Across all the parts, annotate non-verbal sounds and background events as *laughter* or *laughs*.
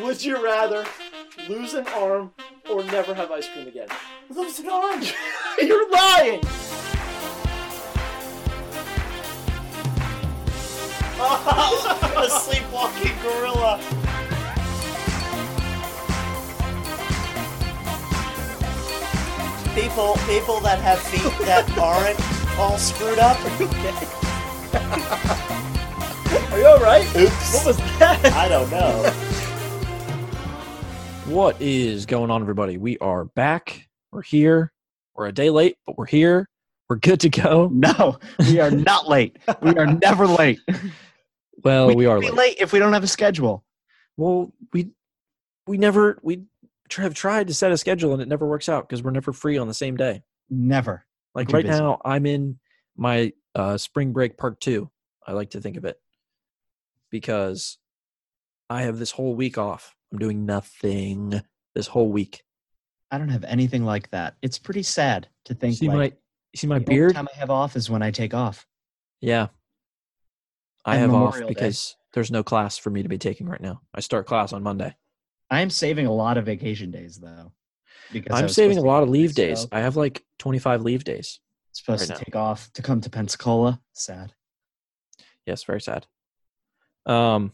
Would you rather lose an arm or never have ice cream again? Lose an arm. *laughs* You're lying. a sleepwalking gorilla. People, people that have feet that aren't all *laughs* screwed up. Are you all right? What Oops. was that? I don't know. What is going on, everybody? We are back. We're here. We're a day late, but we're here. We're good to go. No, we are not late. We are never late. Well, we, are be late. if we don't have a schedule. Well, we we never we tr- have tried to set a schedule and it never works out because we're never free on the same day. Never. Like too right busy. now, I'm in my uh, spring break part two. I like to think of it because I have this whole week off. I'm doing nothing this whole week. I don't have anything like that. It's pretty sad to You think see like my you see my the only beard? time I have off is when I take off. Yeah. I And have Memorial off Day. because there's no class for me to be taking right now. I start class on Monday. I am saving a lot of vacation days though. Because I I'm was saving a supposed to- lot of leave days. so- I have like 25 leave days. supposed right to now. take off to come to Pensacola. Sad. Yes, very sad. Um,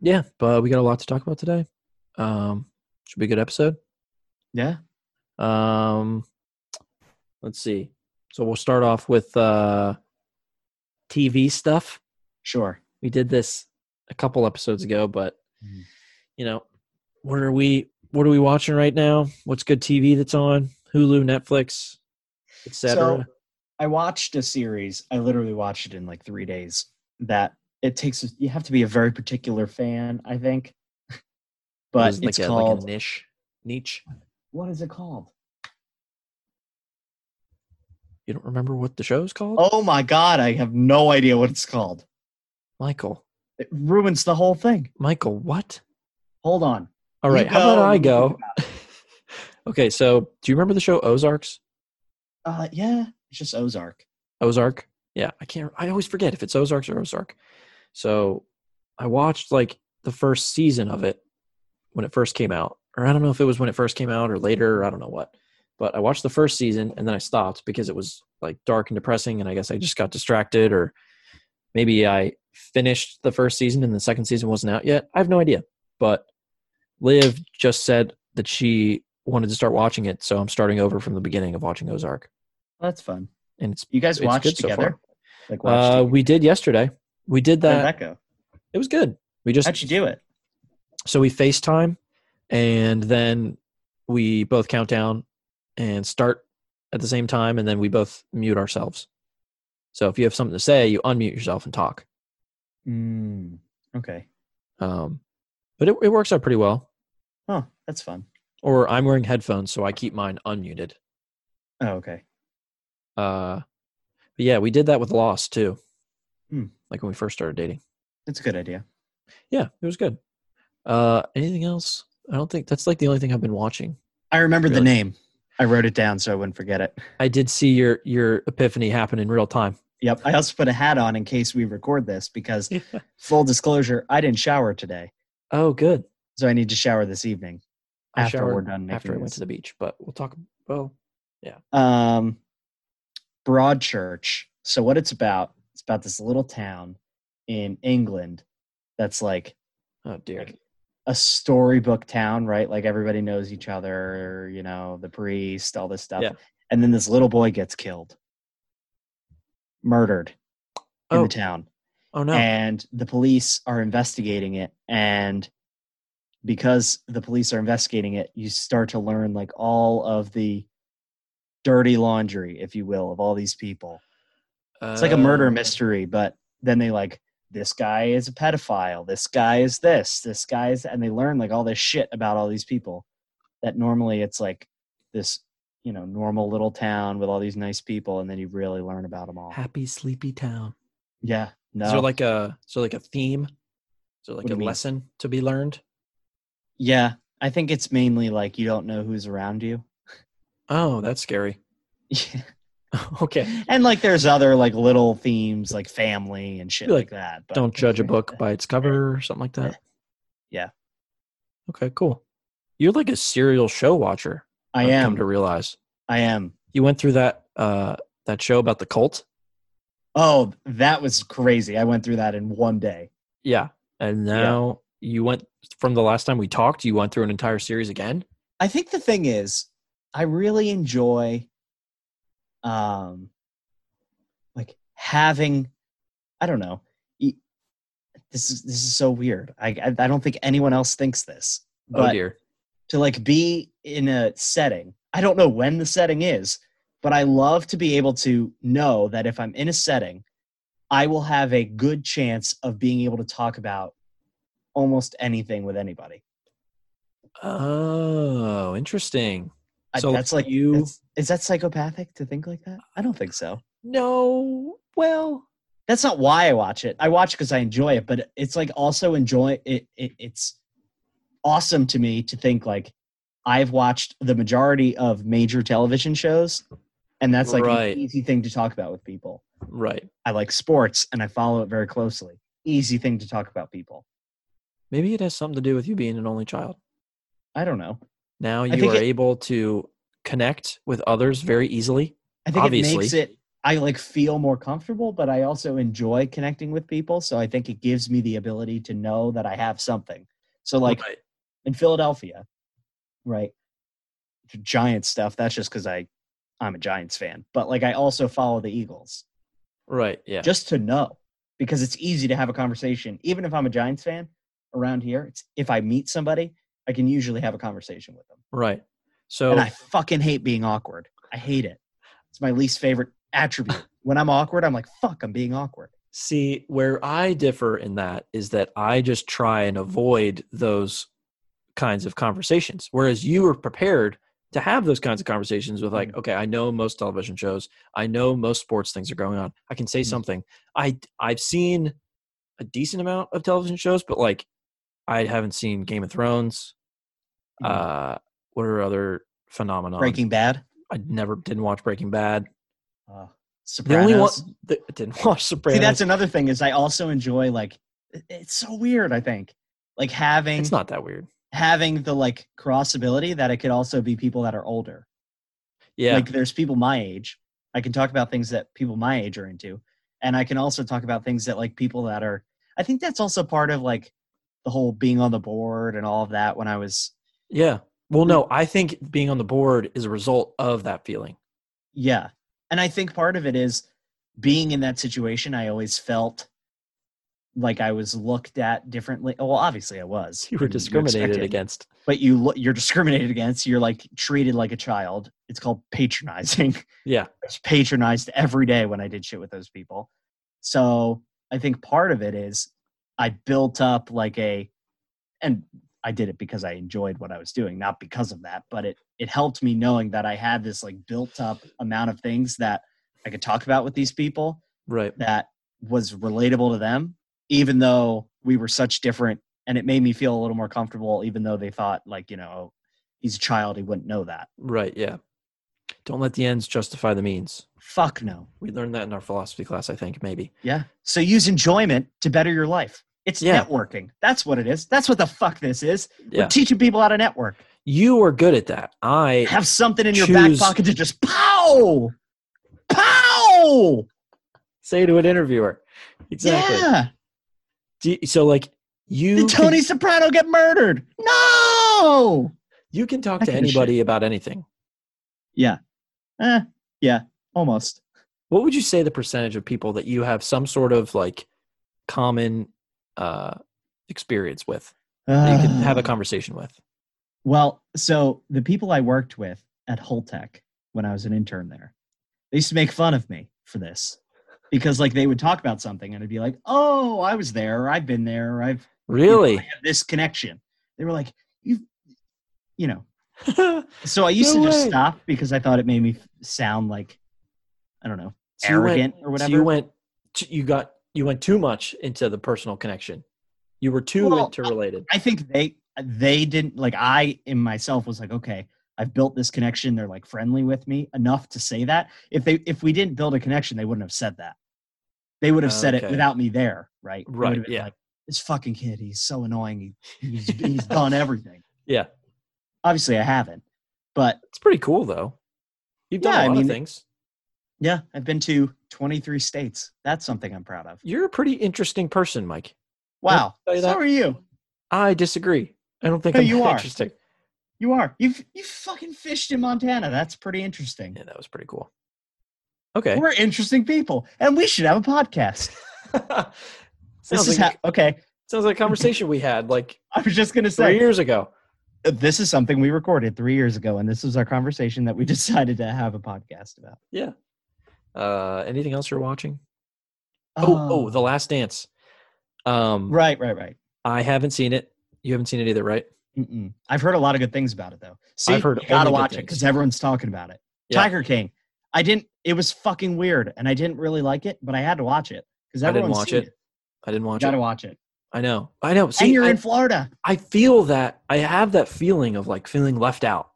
yeah, but we got a lot to talk about today. Um, should be a good episode. Yeah. Um, let's see. So we'll start off with uh, TV stuff. Sure. we did this a couple episodes ago but Mhm. you know what are we what are we watching right now what's good tv that's on hulu netflix So etc I watched a series. I literally watched it in like three days. That it takes. You have to be a very particular fan, I think. *laughs* But it's like a, called. like a niche niche what is it called? you don't remember what the show's called Oh my god, I have no idea what it's called. michael It ruins the whole thing. michael what Hold on. all You right how go about i and go think *laughs* okay so do you remember the show ozarks Uh, yeah, it's just Ozark. Ozark. Yeah, I can't. I always forget if it's Ozarks or Ozark. So I watched like the first season of it when it first came out, or I don't know if it was when it first came out or later, or I don't know what. But I watched the first season and then I stopped because it was like dark and depressing, and I guess I just got distracted, or maybe I finished the first season and the second season wasn't out yet. I have no idea. But Liv just said that she wanted to start watching it, so I'm starting over from the beginning of watching Ozark, That's fun. and it's You guys It's watched good so together? far. like watched uh, we did yesterday. We did How'd that. that go? It was good. We just How'd you do it? so we FaceTime, and then we both count down and start at the same time, and then we both mute ourselves. So if you have something to say, you unmute yourself and talk. Mm, okay. Um, but it, it works out pretty well. Huh. That's fun. Or I'm wearing headphones, so I keep mine unmuted. Oh, okay. Uh, but yeah, we did that with Lost too. Hmm. Like when we first started dating. That's a good idea. Yeah, it was good. Uh, anything else? I don't think that's like the only thing I've been watching. I remember the Really? name. I wrote it down so I wouldn't forget it. I did see your your epiphany happen in real time. Yep. I also put a hat on in case we record this because *laughs* full disclosure, I didn't shower today, Oh, good. so I need to shower this evening I after we're showered done making after I went this. to the beach, but we'll talk. Well, um, Broadchurch. So what it's about? It's about this little town in England that's like oh dear. a storybook town, right? Like everybody knows each other, you know, the priest, all this stuff. Yeah. And then this little boy gets killed, murdered in Oh, the town, oh no. and the police are investigating it and. Because the police are investigating it, you start to learn like all of the dirty laundry, if you will, of all these people. It's like a murder Uh, mystery, but then they like this guy is a pedophile. This guy is this. This guy is, and they learn like all this shit about all these people that normally it's like this, you know, normal little town with all these nice people, and then you really learn about them all. Happy sleepy town. Yeah, no, Is there like a so like a theme? Is there What like do a you mean? lesson to be learned? yeah. I think it's mainly like you don't know who's around you. *laughs* Oh, that's scary. *laughs* okay. and like there's other like little themes like family and shit Like, *laughs* like, that. But *laughs* Don't judge a book by its cover or something like that. Okay, cool. You're like a serial show watcher. I I've am. come to realize I am. you went through that uh that show about the cult. Oh, that was crazy. I went through that in one day. Yeah, and now you went from the last time we talked. You went through an entire series again. Oh, I think the thing is, I really enjoy um like having I don't know. e- This is this is so weird. I I, I don't think anyone else thinks this. oh But dear. to like be in a setting. I don't know when the setting is, but I love to be able to know that if I'm in a setting, I will have a good chance of being able to talk about almost anything with anybody. Oh, interesting. I- So that's like you- that's- is that psychopathic to think like that? I don't think so. No, well, That's not why I watch it. I watch because I enjoy it, but it's like also enjoy it, it. It's awesome to me to think like I've watched the majority of major television shows, and that's like Right. an easy thing to talk about with people. right. I like sports and I follow it very closely. Easy thing to talk about people. Maybe it has something to do with you being an only child. I don't know. Now I you think are it- able to connect with others very easily. I think Obviously. it makes it I like feel more comfortable, but I also enjoy connecting with people. So I think it gives me the ability to know that I have something. So like Right. in Philadelphia, right? Giant stuff. That's just because I I'm a Giants fan. But like I also follow the Eagles. right, yeah. Just to know. Because it's easy to have a conversation, even if I'm a Giants fan around here. It's, if I meet somebody, I can usually have a conversation with them. right. So And I fucking hate being awkward. I hate it. It's my least favorite *laughs* attribute. when I'm awkward, I'm like, fuck, I'm being awkward. See, where I differ in that is that I just try and Mm-hmm. avoid those kinds of conversations. Whereas you are prepared to have those kinds of conversations with, Mm-hmm. like, okay, I know most television shows, I know most sports things are going on. I can say Mhm. something. I I've seen a decent amount of television shows, but like, I haven't seen Game of Thrones. Mhm. Uh, what are other phenomena? Breaking Bad. I never didn't watch Breaking Bad. Uh, The only one Sopranos. that didn't *laughs* watch Sopranos. See, that's another thing is I also enjoy like it- it's so weird, I think. Like having it's not that weird. having the like cross ability that it could also be people that are older. Yeah. Like there's people my age. I can talk about things that people my age are into. And I can also talk about things that like people that are I think that's also part of like the whole being on the board and all of that when I was Yeah. Well, no, I think being on the board is a result of that feeling. Yeah. And I think part of it is being in that situation, I always felt like I was looked at differently. Well, obviously I was. *laughs* You were and you're discriminated expected, against. But you look you're discriminated against. You're like treated like a child. It's called patronizing. Yeah. I was patronized every day when I did shit with those people. So I think part of it is I built up like a, and I did it because I enjoyed what I was doing, not because of that, but it, it helped me knowing that I had this like built up amount of things that I could talk about with these people Right. that was relatable to them, even though we were such different. And it made me feel a little more comfortable, even though they thought like, you know, "Oh, he's a child, he wouldn't know that. Right. Yeah. Don't let the ends justify the means. Fuck no. We learned that in our philosophy class, I think, maybe. Yeah. So use enjoyment to better your life. It's Yeah. networking. That's what it is. That's what the fuck this is. Yeah. We're teaching people how to network. You are good at that. I Have something in your back Choose- pocket to just pow, pow. say to an interviewer. Exactly. Yeah. Do you- so, like, you Did can, Tony Soprano get murdered? No. you can talk That to kind of anybody about anything. Eh, yeah. Almost. What would you say the percentage of people that you have some sort of like common uh, experience with that you can have a Uh, conversation with? Well, so the people I worked with at Holtec when I was an intern there, they used to make fun of me for this because like they would talk about something and I'd be like, "Oh, I was there. Or I've been there. Or I've you know, Really? I have this connection." They were like, "You, you know." *laughs* So I used No to just way. stop because I thought it made me f- sound like I don't know So you went- arrogant or So whatever. you went, t- you got, you went too much into the personal connection. You were too Well, interrelated. I think they they didn't like I in myself was like, okay, I've built this connection. They're like friendly with me enough to say that. If they if we didn't build a connection, they wouldn't have said that. They would have said it Okay. without me there, right? They would Right, have been yeah. Like, this fucking kid, he's so annoying. He, he's, *laughs* he's done everything. Yeah. Obviously, I haven't, but It's pretty cool though. You've done Yeah, a I lot mean- of things. yeah, I've been to 23 states. That's something I'm proud of. You're a pretty interesting person, Mike. Wow. tell you So that. are you. I disagree. I don't think No, I'm you that are. interesting. You are. You've you fucking fished in Montana. That's pretty interesting. Yeah, that was pretty cool. Okay. We're interesting people, and we should have a podcast. *laughs* sounds this like is how. okay. sounds like a conversation we had *laughs* like I was just gonna three say years ago. this is something we recorded three years ago, and this was our conversation that we *laughs* decided to have a podcast about. Uh, anything else you're watching? Oh, oh, The Last Dance. Um, Um, right, right, right. I haven't seen it. You haven't seen it either, right? Mm-mm. I've heard a lot of good things about it though. See, I've heard you gotta only good watch it because things. everyone's talking about it. Yeah. Tiger King. I didn't. It was fucking weird, and I didn't really like it, but I had to watch it because I didn't everyone's watch seen it. I didn't You watch gotta it. watch it. I know. I know. See, and you're I, in Florida. I feel that. I have that feeling of like feeling left out.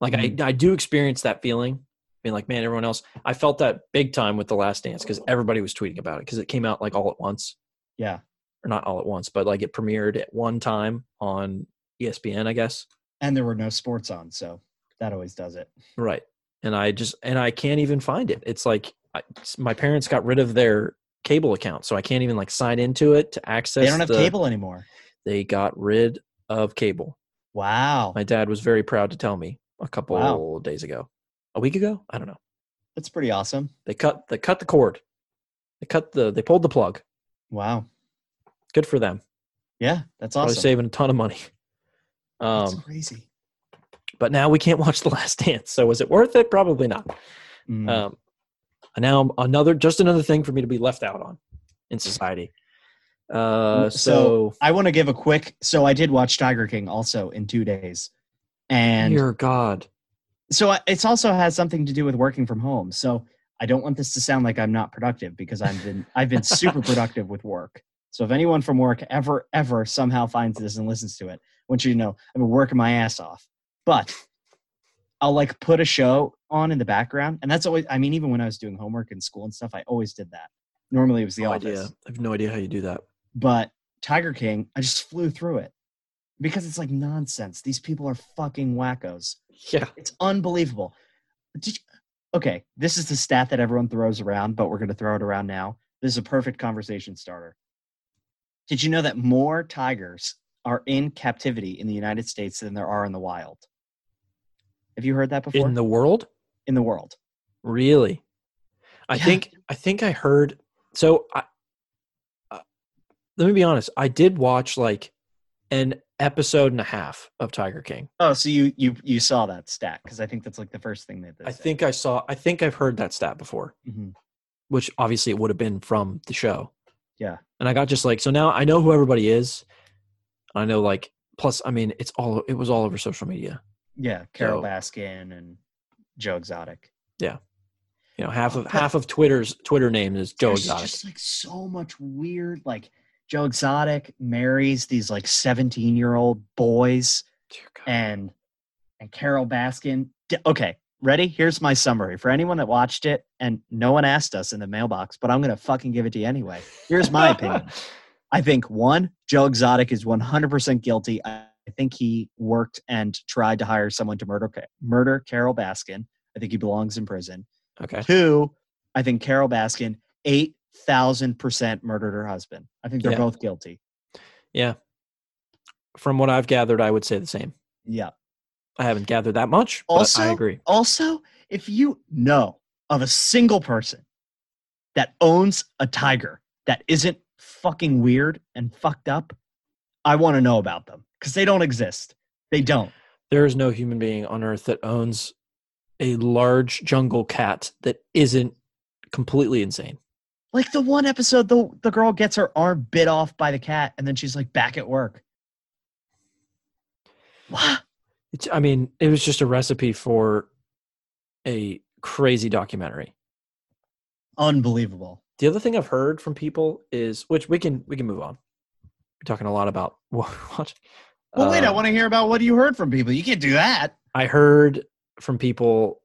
Like Mm-hmm. I, I do experience that feeling. Being like, man, everyone else. I felt that big time with The Last Dance because everybody was tweeting about it because it came out like all at once. Yeah. Or not all at once, but like it premiered at one time on E ESPN, I guess. and there were no sports on, so that always does it. Right. And I just and I can't even find it. It's like I, s- my parents got rid of their cable account, so I can't even like sign into it to access. They don't have the- cable anymore. They got rid of cable. Wow, My dad was very proud to tell me a couple Wow. days ago, a week ago. I don't know. that's pretty awesome. They cut they cut the cord. They cut the they pulled the plug. Wow, Good for them. yeah, that's Probably awesome. saving a ton of money. *laughs* That's Um, crazy. but now we can't watch The Last Dance. So was it worth it? Probably not. Mm, Um, and now another, just another thing for me to be left out on in society. Uh, Mm, so, I want to give a quick. So I did watch Tiger King also in two days, and dear God, so I- it's also has something to do with working from home. So I don't want this to sound like I'm not productive because I've been I've *laughs* been super productive with work. So if anyone from work ever ever somehow finds this and listens to it, I want you to know I've been working my ass off. But I'll like put a show on in the background, and that's always I mean even when I was doing homework in school and stuff, I always did that. Normally it was the no office, idea. I have no idea how you do that. but Tiger King, I just flew through it because it's like nonsense. These people are fucking wackos. Yeah. It's unbelievable. Did you, okay, this is the stat that everyone throws around, but we're going to throw it around now. This is a perfect conversation starter. Did you know that more tigers are in captivity in the United States than there are in the wild? Have you heard that before? In the world? In the world. Really? I Yeah. think, I think I heard. So I, uh, let me be honest. I did watch like an episode and a half of Tiger King. Oh, so you you you saw that stat because I think that's like the first thing that they I say. think I saw, I think I've heard that stat before. Mhm. which obviously it would have been from the show. Yeah. And I got just like so now I know who everybody is. I know like plus I mean it's all it was all over social media. yeah, Carol So- Baskin and Joe Exotic. You know, half of half of Twitter's Twitter name is Joe There's Exotic. just like so much weird like Joe Exotic marries these like 17 year old boys Dear God. and and Carol Baskin. D- Okay, ready? Here's my summary for anyone that watched it and no one asked us in the mailbox, but I'm gonna fucking give it to you anyway. Here's *laughs* my opinion. I think one, Joe Exotic is 100% guilty. I I think he worked and tried to hire someone to murder Ca- murder Carol Baskin. I think he belongs in prison. okay. Two, I think Carol Baskin eight thousand percent murdered her husband. I think they're Yeah. both guilty. From what I've gathered, I would say the same. Yeah. I haven't gathered that much, but I Also- agree. Also, if you know of a single person that owns a tiger that isn't fucking weird and fucked up, I want to know about them because they don't exist. They don't. There is no human being on earth that owns a large jungle cat that isn't completely insane. Like the one episode, the the girl gets her arm bit off by the cat, and then she's like back at work. What? It's, I mean, it was just a recipe for a crazy documentary. Unbelievable. The other thing I've heard from people is, which we can we can move on. We're talking a lot about *laughs* what. what Well, wait, I uh, want to hear about what you heard from people. You can't do that. I heard from people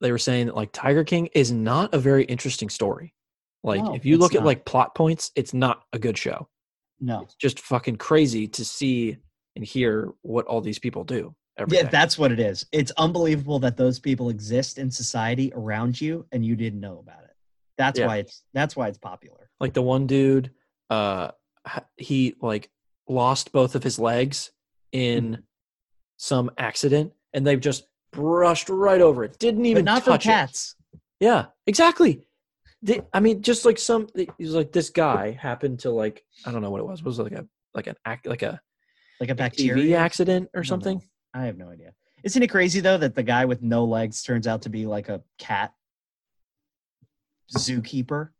they were saying that like Tiger King is not a very interesting story. Like No, if you it's look at not. like plot points, it's not a good show. No. It's just fucking crazy to see and hear what all these people do. Every Yeah, day. that's what it is. It's unbelievable that those people exist in society around you and you didn't know about it. That's Yeah. why it's that's why it's popular. like the one dude uh ha- he like lost both of his legs Mm-hmm. in some accident and they've just brushed right over it didn't even But not for touch it. cats. yeah exactly They- i mean just like some he's like this guy happened to like i don't know what it was What was it, like a like an act like a Like a TV bacteria. accident I or don't something know. I have no idea. Isn't it crazy though that the guy with no legs turns out to be like a cat zookeeper?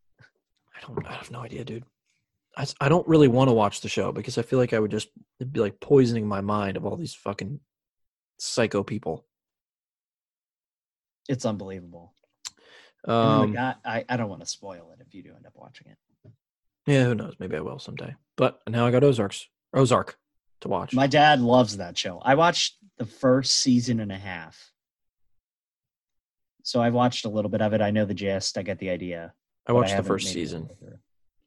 i don't i have no idea dude I, s- I don't really want to watch the show because i feel like i would just it'd be like poisoning my mind of all these fucking psycho people It's unbelievable. And then the um guy- I, I don't want to spoil it if you do end up watching it. Yeah, who knows? Maybe I will someday. But now I got Ozarks, Ozark to watch. My dad loves that show. I watched the first season and a half. So I watched a little bit of it. I know the gist. I get the idea. I but watched the haven't first made it season. all the way through.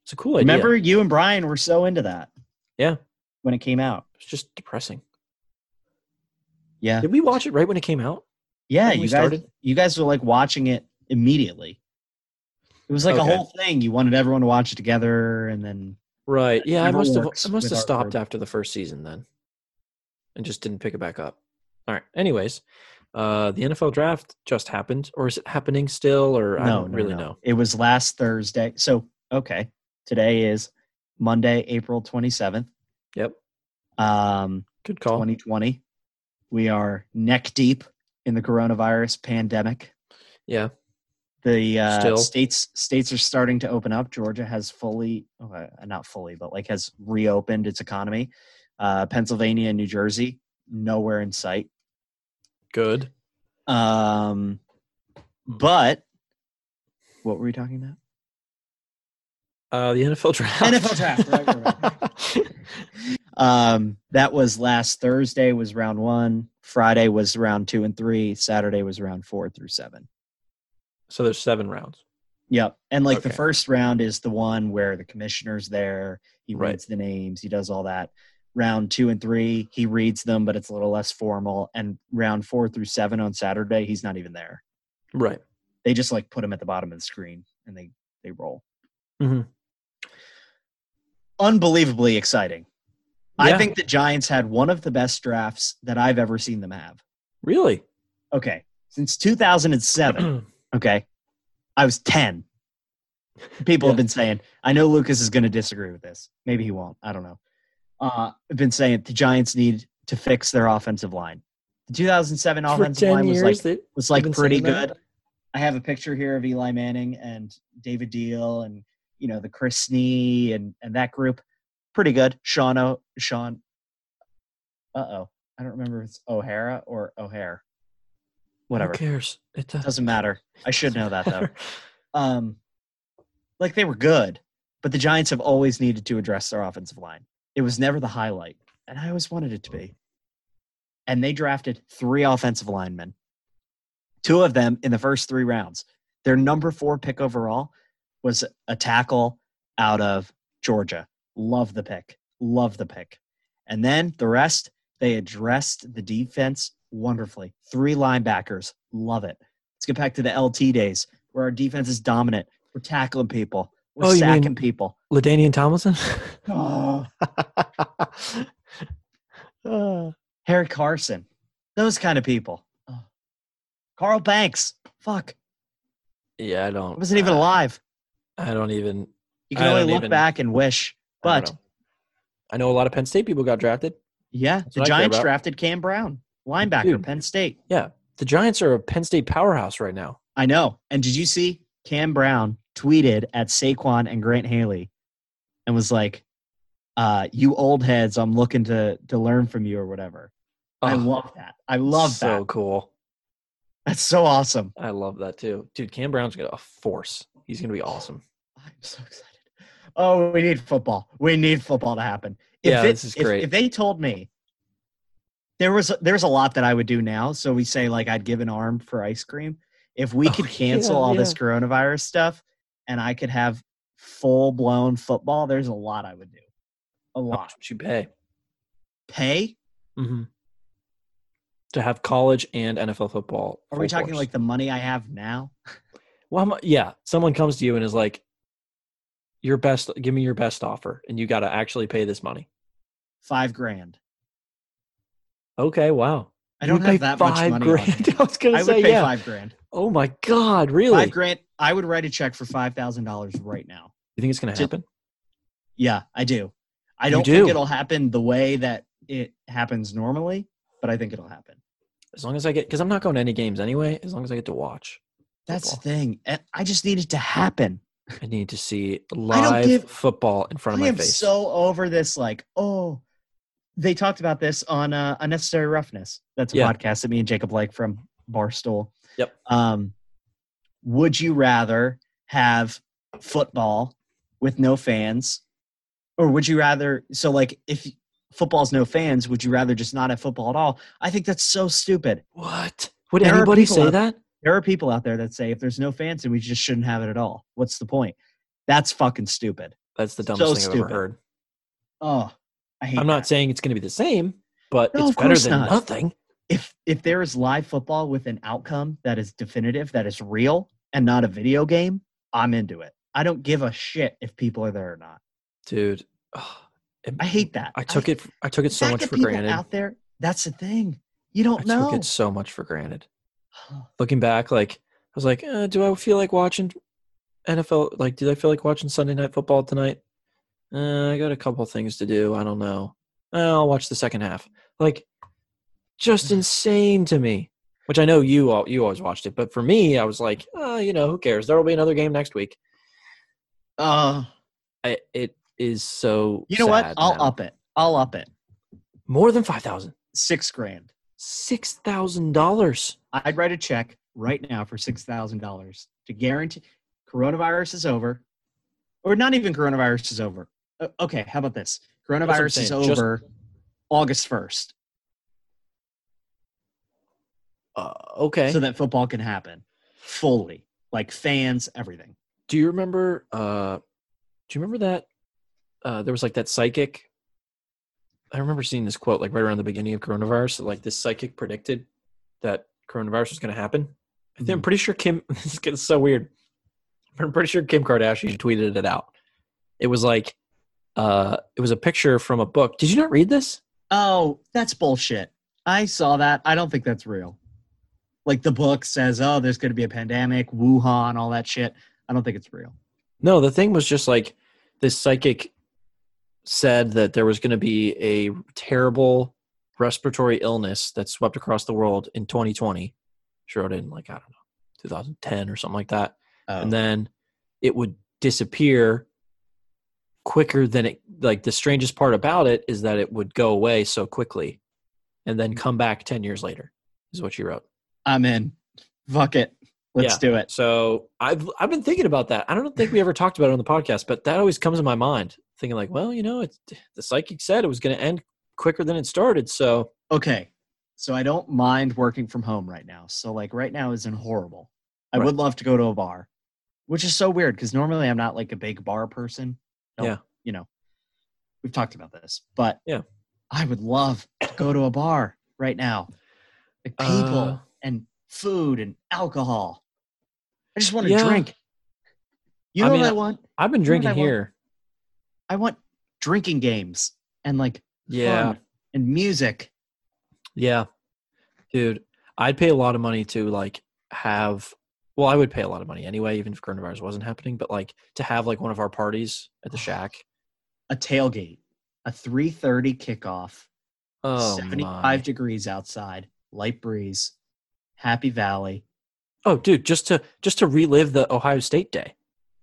It's a cool idea. Remember, you and Brian were so into that. Yeah. When it came out. It's just depressing. Yeah. Did we watch it right when it came out? Yeah. when we You guys, started? you guys were like watching it immediately. It was like Okay. a whole thing. You wanted everyone to watch it together. And then Right. Yeah, I never must have. works I must with have our stopped group. after the first season then, and just didn't pick it back up. All right. Anyways, uh, the NFL draft just happened, or is it happening still? Or I no, don't no, really no. know. It was last Thursday. So, okay. Today is Monday, April 27th. Yep. Um, Good call. 2020. We are neck deep in the coronavirus pandemic. Yeah. The Still. uh, states states are starting to open up. Georgia has fully, uh, not fully, but like has reopened its economy. Uh, Pennsylvania and New Jersey, nowhere in sight. Good. Um, but what were we talking about? Uh, the NFL draft. NFL draft, right, Um, that was last Thursday was round one. Friday was round two and three. Saturday was round four through seven. *laughs* so there's seven rounds. Yep. And like the Okay. first round is the one where the commissioner's there. He Right. reads the names, he does all that. Round two and three, he reads them, but it's a little less formal. And round four through seven on Saturday, he's not even there. Right. They just like put him at the bottom of the screen and they they roll. Mhm. Unbelievably exciting. Yeah. I think the Giants had one of the best drafts that I've ever seen them have. *clears throat* Really. Okay. *clears throat* Since 2007. Okay. I was 10. People have Yeah. been saying, I know Lucas is going to disagree with this. Maybe he won't. I don't know. Uh, I've been saying the Giants need to fix their offensive line. The 2007 For offensive line ten was years, like, they- was I've like been pretty saying that. good. I have a picture here of Eli Manning and David Deal and, you know, the Chris Snee and, and that group. Pretty good. Sean, o, Sean, uh oh. I don't remember if it's O'Hara or O'Hare. Whatever. Who cares? It does- Doesn't matter. I should know that *laughs* though. matter. Um, like they were good, but the Giants have always needed to address their offensive line. It was never the highlight, and I always wanted it to be. And they drafted three offensive linemen, two of them in the first three rounds. Their number four pick overall was a tackle out of Georgia. Love the pick. Love the pick. And then the rest, they addressed the defense wonderfully. Three linebackers. Love it. Let's get back to the LT days where our defense is dominant. We're tackling people. We're Oh, you sacking mean- people. *laughs* Ladainian *laughs* Tomlinson? *laughs* Oh, Uh, Harry Carson. Those kind of people. Oh. Carl Banks. Fuck. yeah, I I don't. wasn't even alive. I don't even. You can Uh, I don't only look even- back and wish. I But don't know. I know a lot of Penn State people got drafted. yeah, That's the what I care Giants about. drafted Cam Brown, linebacker, Dude. Penn State. The Giants are a Penn State powerhouse right now. I know. And did you see Cam Brown tweeted at Saquon and Grant Haley and was like, uh, you old heads, I'm looking to to learn from you or whatever. I Oh, love that. I love so that. cool. That's so awesome. I love that too, dude. Cam Brown's gonna a force. He's gonna be awesome. I'm so excited. Oh, we need football. We need football to happen. Yeah, it- this is great. If, if they told me there was there's a lot that I would do now, so we say like I'd give an arm for ice cream. If we Oh, *laughs* could yeah, cancel all this yeah. coronavirus stuff and I could have full blown football, there's a lot I would do. a How lot. much would you pay Pay? mm-hmm. to have college and NFL football? Are we full talking force? like the money I have now? Well, I'm, yeah, someone comes to you and is like, "Your best, give me your best offer," and you got to actually pay this money. Five grand. Okay, wow. I You don't would pay have that much five money. on Grand. *laughs* me. I was gonna I say would pay yeah. five grand. Oh my god, really? Five grand. I would write a check for five thousand dollars right now. You think it's gonna Just- happen? Yeah, I do. I You don't do? think it'll happen the way that it happens normally, but I think it'll happen. As long as I get, because I'm not going to any games anyway. As long as I get to watch, That's the Football. thing. I- I just need it to happen. I need to see live give- football in front of I my am face. so over this. Like, oh, they talked about this on uh, Unnecessary Roughness. That's a Yeah. podcast that me and Jacob like from Barstool. Yep. Um, would you rather have football with no fans, or would you rather? So, like, if football's no fans, would you rather just not have football at all? I think that's so stupid. what would There are anybody people say out- that? There are people out there that say if there's no fans, then we just shouldn't have it at all. What's the point? That's fucking stupid. That's the So dumbest thing I've stupid. ever heard. Oh, I hate. I'm that. not saying it's going to be the same, but No, it's of better course than not. nothing. if if there is live football with an outcome that is definitive, that is real, and not a video game, I'm into it. I don't give a shit if people are there or not. dude. *sighs* ugh, it- I hate that. I took it. I took it so much for people granted. Out there, that's the thing. You don't I know. took it so much for granted. Looking back, like I was like, eh, do I feel like watching NFL? Like, did I feel like watching Sunday Night Football tonight? Uh, I got a couple things to do. I don't know. Uh, I'll watch the second half. Like, Mm-hmm. just insane to me. Which I know you all you always watched it, but for me, I was like, uh, you know, who cares? There will be another game next week. Uh, *sighs* I, it is so. *sighs* you know what? sad I'll now. up it. I'll up it. more than five thousand. Six grand. Six thousand dollars. I'd write a check right now for six thousand dollars to guarantee coronavirus is over, or not even coronavirus is over. Uh, Okay, how about this? what I'm Coronavirus is saying, just- over August first, Uh, okay. so that football can happen fully, like fans, everything. do you remember? Uh, do you remember that? Uh, there was like that psychic. I remember seeing this quote like right around the beginning of coronavirus. Like this psychic predicted that coronavirus was going to happen. I think I'm pretty sure Kim. *laughs* This is getting so weird. I'm pretty sure Kim Kardashian tweeted it out. It was like, uh, it was a picture from a book. Did you not read this? Oh, that's bullshit. I saw that. I don't think that's real. Like the book says, oh, there's going to be a pandemic, Wuhan, all that shit. I don't think it's real. No, the thing was just like this psychic said that there was going to be a terrible respiratory illness that swept across the world in 2020. She wrote it in like, I don't know, 2010 or something like that. Oh. And then it would disappear quicker than it, like, the strangest part about it is that it would go away so quickly and then come back 10 years later, is what she wrote. I'm in. Fuck it. Let's Yeah. do it. So I've I've been thinking about that. I don't think we *laughs* ever talked about it on the podcast, but that always comes in my mind. Thinking like, well, you know, it's the psychic said it was going to end quicker than it started. So okay so i don't mind working from home right now so like right now isn't horrible i Right. would love to go to a bar which is so weird because normally i'm not like a big bar person Don't- Yeah. you know we've talked about this but Yeah. i would love to go to a bar right now like people Uh, and food and alcohol i just want to Yeah. drink you I know mean, uh what I- i want I've been You know what I drinking want? here. i want drinking games and like Yeah, fun and music yeah, dude, I'd pay a lot of money to like have. Well, I would pay a lot of money anyway, even if coronavirus wasn't happening. But like to have like one of our parties at Oh, the shack. a tailgate, a 3:30 kickoff, Oh 75 my. degrees outside, light breeze, Happy Valley. Oh, dude, just to just to relive the Ohio State day.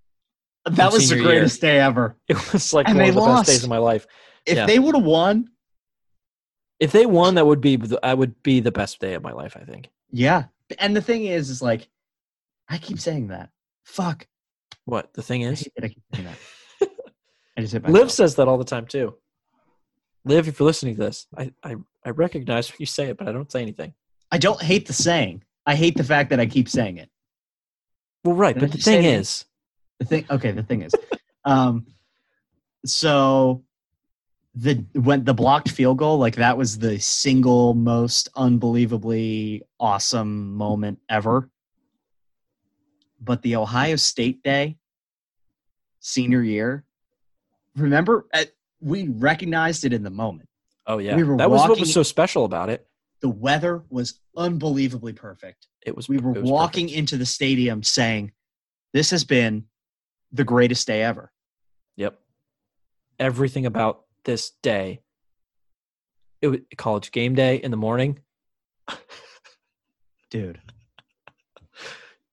*laughs* That was the senior year. greatest day ever. It was like And one they of the best days lost. of my life. If Yeah. they would have won, If they won, that would be the, I would be the best day of my life. I think. yeah. And the thing is, is like, I keep saying that. Fuck. What the thing I is, hate that I keep saying that. *laughs* I just hit Liv myself. says that all the time too. Liv, if you're listening to this, I I, I recognize when you say it, but I don't say anything. I don't hate the saying. I hate the fact that I keep saying it. Well, right, Then but I the just say thing it. is, The thing. Okay. The thing is, um, so the when the blocked field goal like that was the single most unbelievably awesome moment ever but the ohio state day senior year remember at, we recognized it in the moment Oh yeah, We were that was what walking- was so special about it. the weather was unbelievably perfect It was we were it was walking perfect. into the stadium saying this has been the greatest day ever Yep, everything about this day. It was college game day in the morning. dude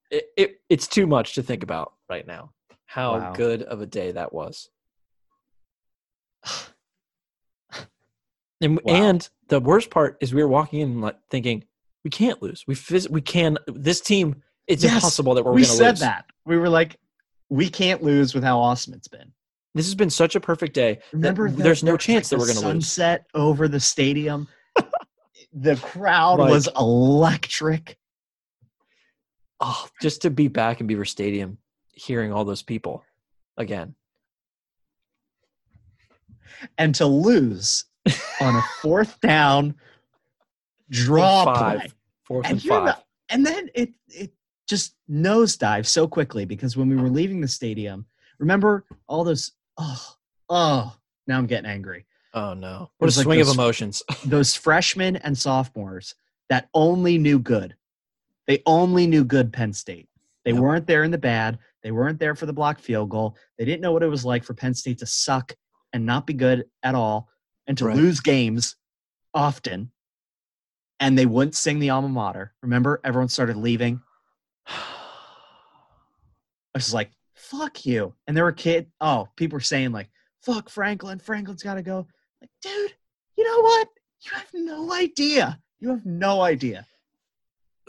It, it it's too much to think about right now. How Wow. good of a day that was. *sighs* And Wow. and the worst part is we were walking in like thinking we can't lose. We phys- we can this team. It's Yes, impossible that we're we going to said lose. that we were like we can't lose with how awesome it's been This has been such a perfect day. remember that the- there's no there was, chance that the we're going to lose. sunset over the stadium *laughs* the crowd Like- was electric oh, just to be back in Beaver Stadium, hearing all those people again. and *laughs* to lose on a fourth down draw five, play fourth And and, you're five. not- and then it it just nosedives so quickly because when we were leaving the stadium remember all those oh oh now i'm getting angry oh no! What a was like swing this- of *sighs* emotions. *sighs* those freshmen and sophomores that only knew good. They only knew good Penn State. They Yep. weren't there in the bad. They weren't there for the block field goal. They didn't know what it was like for Penn State to suck and not be good at all and to Right. lose games often. And they wouldn't sing the alma mater. Remember, everyone started leaving. I was just like, fuck you. And there were kid. Oh, people were saying like, fuck Franklin. Franklin's got to go. Like, dude, you know what? You have no idea. You have no idea.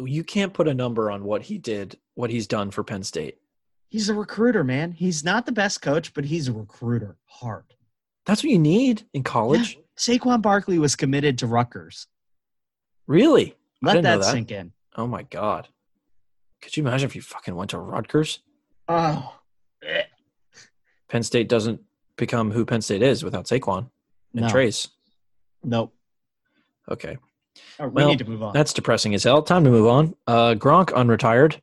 you can't put a number on what he did, what he's done for Penn State. He's a recruiter, man. He's not the best coach, but he's a recruiter. Hard. That's what you need in college, Saquon Barkley was committed to Rutgers. really. I Let didn't know that, that. sink in. Oh my god! Could you imagine if you fucking went to Rutgers? Oh, eh, Penn State doesn't become who Penn State is without Saquon and no. Trace. Nope. Okay, Oh, we Well, need to move on. that's depressing as hell. Time to move on. Uh, Gronk unretired.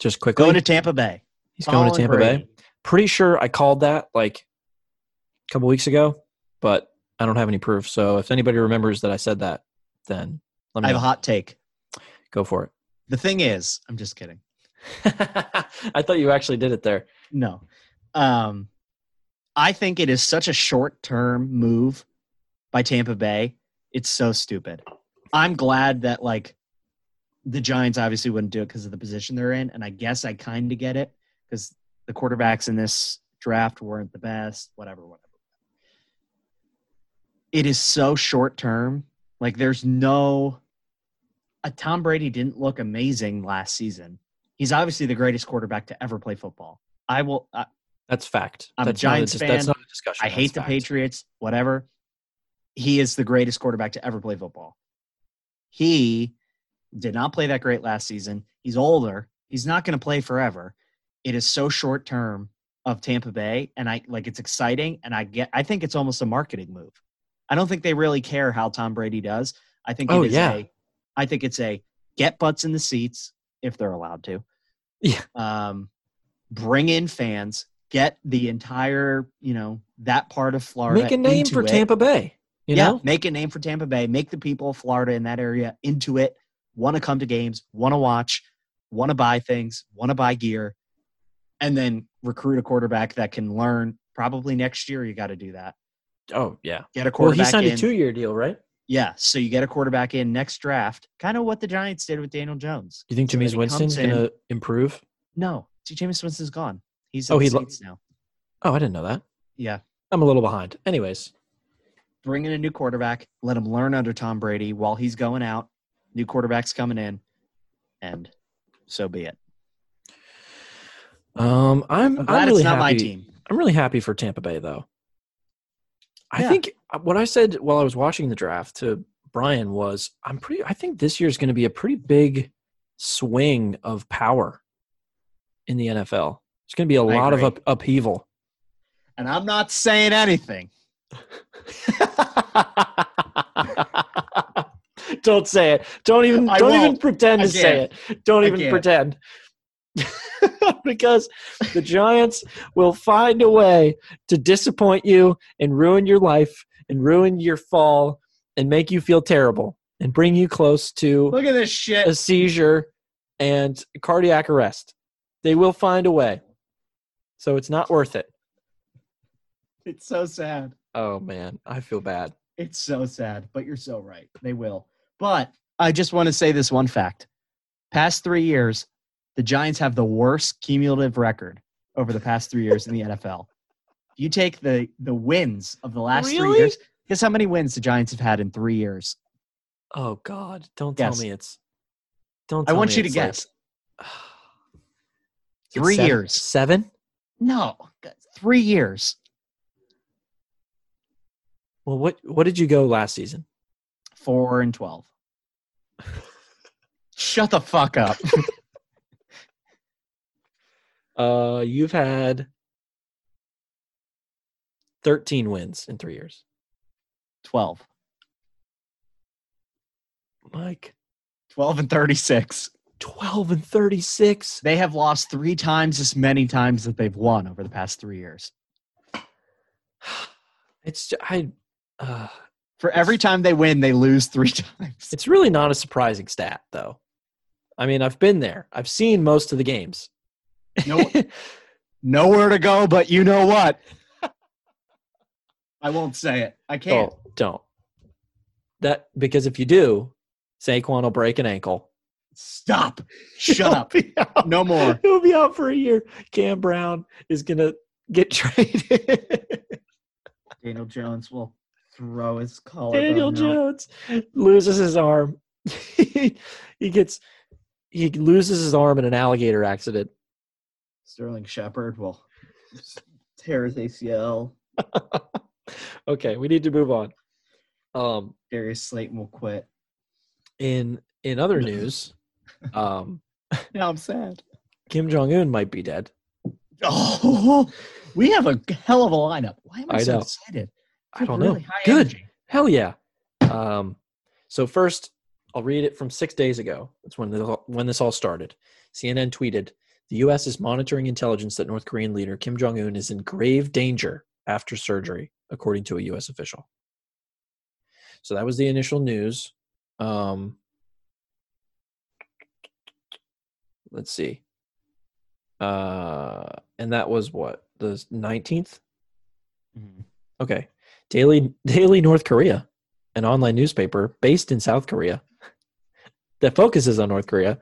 Just quickly, Going to Tampa Bay. he's going to Colin Tampa Bay. Brady. pretty sure I called that like a couple weeks ago, but I don't have any proof. So if anybody remembers that I said that, then let I me have a know. hot take. go for it. The thing is, I'm just kidding. *laughs* I thought you actually did it there. No. Um, I think it is such a short term move by Tampa Bay. It's so stupid. I'm glad that, like, the Giants obviously wouldn't do it because of the position they're in. And I guess I kind of get it because the quarterbacks in this draft weren't the best, whatever, whatever. It is so short term. Like, there's no. Uh, Tom Brady didn't look amazing last season. He's obviously the greatest quarterback to ever play football. I will. I, That's fact. I'm a that's not Giants dis- fan. That's not a discussion. I That's hate the fact. Patriots, whatever. He is the greatest quarterback to ever play football. He did not play that great last season. He's older. He's not going to play forever. It is so short term of Tampa Bay and I like it's exciting and I get I think it's almost a marketing move. I don't think they really care how Tom Brady does. I think Oh, it is yeah. a I think it's a get butts in the seats if they're allowed to. Yeah. Um bring in fans, get the entire, you know, that part of Florida Make a name into for it. Tampa Bay. You yeah, know, make a name for Tampa Bay, make the people of Florida in that area into it, want to come to games, want to watch, want to buy things, want to buy gear, and then recruit a quarterback that can learn. Probably next year you got to do that. oh yeah. Get a Well, quarterback he signed in. a two-year deal, right? Yeah, so you get a quarterback in next draft, kind of what the Giants did with Daniel Jones. Do you think So Jimmy's that he comes Winston's in- gonna improve? No, James Winston's gone. He's Oh, oh, the he lo- Saints now. Oh, I didn't know that. Yeah. I'm a little behind. Anyways, bring in a new quarterback, let him learn under Tom Brady while he's going out. New quarterback's coming in, and so be it. um, I'm I'm glad I'm really it's not my happy- team. I'm really happy for Tampa Bay, though. I Yeah. think uh, what I said while I was watching the draft to Brian was, I'm pretty. I think this year's going to be a pretty big swing of power in the NFL. It's going to be a I lot of agree. up, upheaval. And I'm not saying anything. *laughs* don't say it. Don't even. I don't even won't. pretend I to say can't. it. Don't I even can't. pretend. *laughs* because the Giants will find a way to disappoint you and ruin your life and ruin your fall and make you feel terrible and bring you close to Look at this shit. a seizure and cardiac arrest. They will find a way. So it's not worth it. It's so sad. Oh man, I feel bad. It's so sad, but you're so right. They will. But I just want to say this one fact. Past three years, the Giants have the worst cumulative record over the past three years in the NFL. You take the, the wins of the last Really? three years. Guess how many wins the Giants have had in three years? Oh god, don't tell Guess. me it's Don't I tell want me you to it's like- guess. *sighs* Three Seven- years. Seven? No, three years. Well, what what did you go last season? Four and *laughs* 12. Shut the fuck up. Uh, you've had 13 wins in 3 years. 12. Mike, 12 and 36. 12 and 36. They have lost three times as many times that they've won over the past three years. *sighs* It's ju- I uh For every time they win, they lose three *laughs* times. It's really not a surprising stat, though. I mean, I've been there. I've seen most of the games. No, *laughs* nowhere to go, but you know what? I won't say it. I can't. Oh, don't. That because if you do, Saquon will break an ankle. *laughs* Stop. Shut up. He'll be out- No *laughs* more. He'll be out for a year. Cam Brown is gonna get *laughs* traded. Daniel Jones will throw his collar. Daniel Jones loses his arm. *laughs* he gets he loses his arm in an alligator accident. Sterling Shepard will tear his ACL. Okay, we need to move on. Um, Darius Slayton will quit. in in other news, um, Now I'm sad. Kim Jong Un might be dead. Oh, we have a hell of a lineup. Why am I, I so know. excited? I don't Really know. high Good. energy. Hell yeah. Um, so first, I'll read it from six days ago. That's when the, when this all started. CNN tweeted: The U.S. is monitoring intelligence that North Korean leader Kim Jong Un is in grave danger after surgery, according to a U.S. official. So that was the initial news. Um, let's see. Uh, and that was what the nineteenth. Mm-hmm. Okay. Daily Daily North Korea, an online newspaper based in South Korea *laughs* that focuses on North Korea.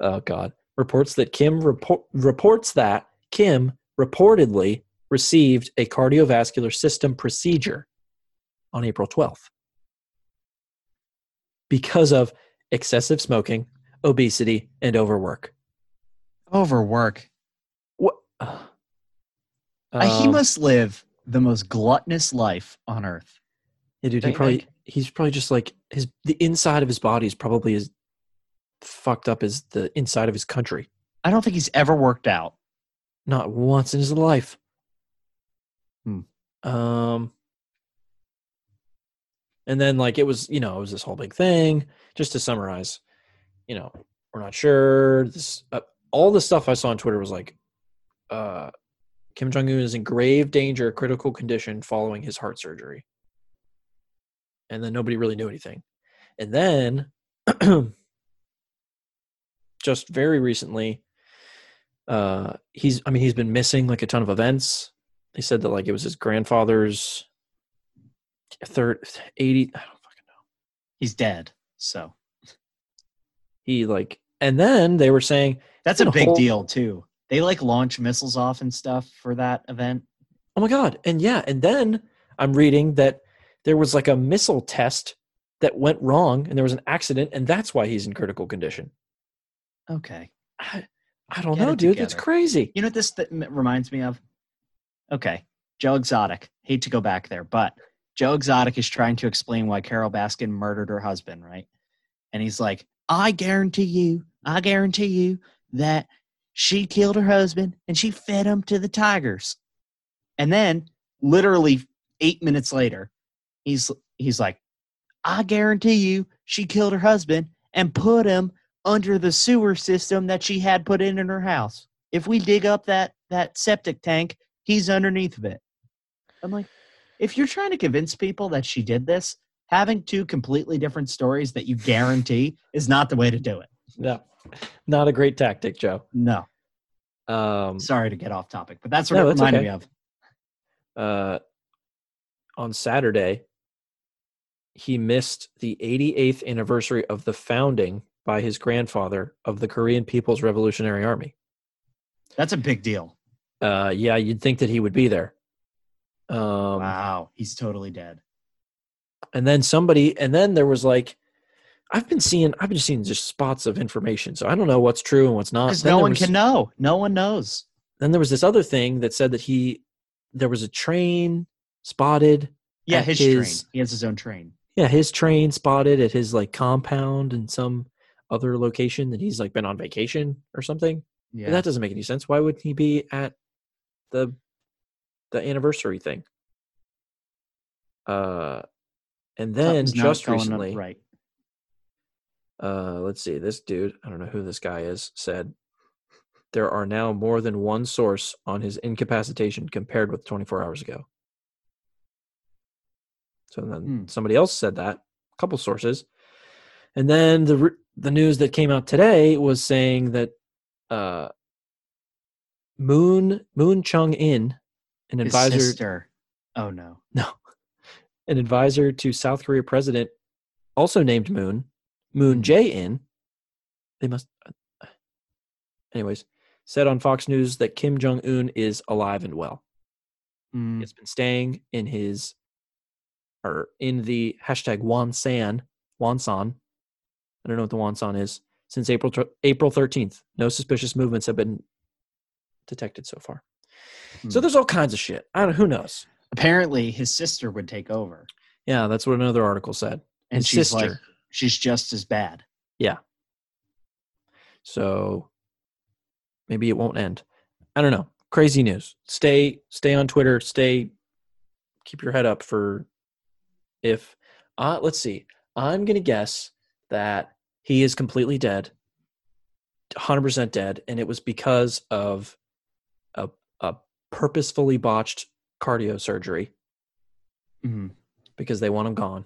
Oh god. Reports that Kim report, reports that Kim reportedly received a cardiovascular system procedure on April 12th because of excessive smoking, obesity, and overwork. Overwork. What? Uh, he Um, must live the most gluttonous life on earth. Yeah, dude, Don't he you probably think? he's probably just like his the inside of his body is probably as fucked up as the inside of his country. I don't think he's ever worked out. Not once in his life. Hmm. Um and then like it was, you know, it was this whole big thing. Just to summarize, you know, we're not sure. This uh, all the stuff I saw on Twitter was like uh Kim Jong Un is in grave danger, critical condition following his heart surgery. And then nobody really knew anything. And then *clears throat* just very recently, uh, he's I mean, he's been missing like a ton of events. He said that like it was his grandfather's third 80 I don't fucking know. He's dead. So He like and then they were saying, that's been a a big whole- deal, too. They like launch missiles off and stuff for that event. Oh my god. And yeah, and then I'm reading that there was like a missile test that went wrong and there was an accident and that's why he's in critical condition. Okay. I, I don't Get know, it dude. That's together. crazy. You know what this th- m- reminds me of? Okay. Joe Exotic. Hate to go back there, but Joe Exotic is trying to explain why Carol Baskin murdered her husband, right? And he's like, I guarantee you, I guarantee you that she killed her husband and she fed him to the tigers. And then, literally eight minutes later, he's he's like, I guarantee you, she killed her husband and put him under the sewer system that she had put in in her house. If we dig up that that septic tank, he's underneath of it. I'm like, if you're trying to convince people that she did this, having two completely different stories that you guarantee is not the way to do it. No, not a great tactic, Joe. No, Um, sorry to get off topic, but that's what No, it that's reminded okay. me of. uh, on Saturday, he missed the 88th anniversary of the founding by his grandfather of the Korean People's Revolutionary Army. That's a big deal. Uh, yeah, you'd think that he would be there. Um, wow, he's totally dead. and then somebody and then there was like i've been seeing i've been seeing just spots of information so i don't know what's true and what's not Because uh, Then no there one was- can know. No one knows. then there was this other thing that said that he there was a train spotted Yeah, At his, his- train. He has his own train. yeah his train spotted at his like compound in some other location that he's like been on vacation or something Yeah, And that doesn't make any sense why would he be at the the anniversary thing uh and then Something's not just going up recently right? uh, let's see, this dude, I don't know who this guy is, said there are now more than one source on his incapacitation compared with 24 hours ago. So then Hmm. somebody else said that, a couple sources. And then the re- the news that came out today was saying that uh, Moon Moon Chung In, an His advisor sister. Oh no. no. An advisor to South Korea President, also named Moon, Moon Mhm. Jae-in, they must. Anyways, said on Fox News that Kim Jong Un is alive and well. Mm, He's been staying in his, or in the hashtag Wonsan, Wonsan. I don't know what the Wonsan is. Since April tw- April thirteenth, no suspicious movements have been detected so far. So Hmm. there's all kinds of shit. I don't. Who knows? Apparently, his sister would take over, Yeah, that's what another article said. and His she's sister. like, she's just as bad. So maybe it won't end. I don't know. Crazy news. Stay stay on Twitter. Stay keep your head up for if uh let's see. I'm going to guess that he is completely dead. 100% dead and it was because of a a purposefully botched cardio surgery Mm-hmm. Mhm. because they want him gone.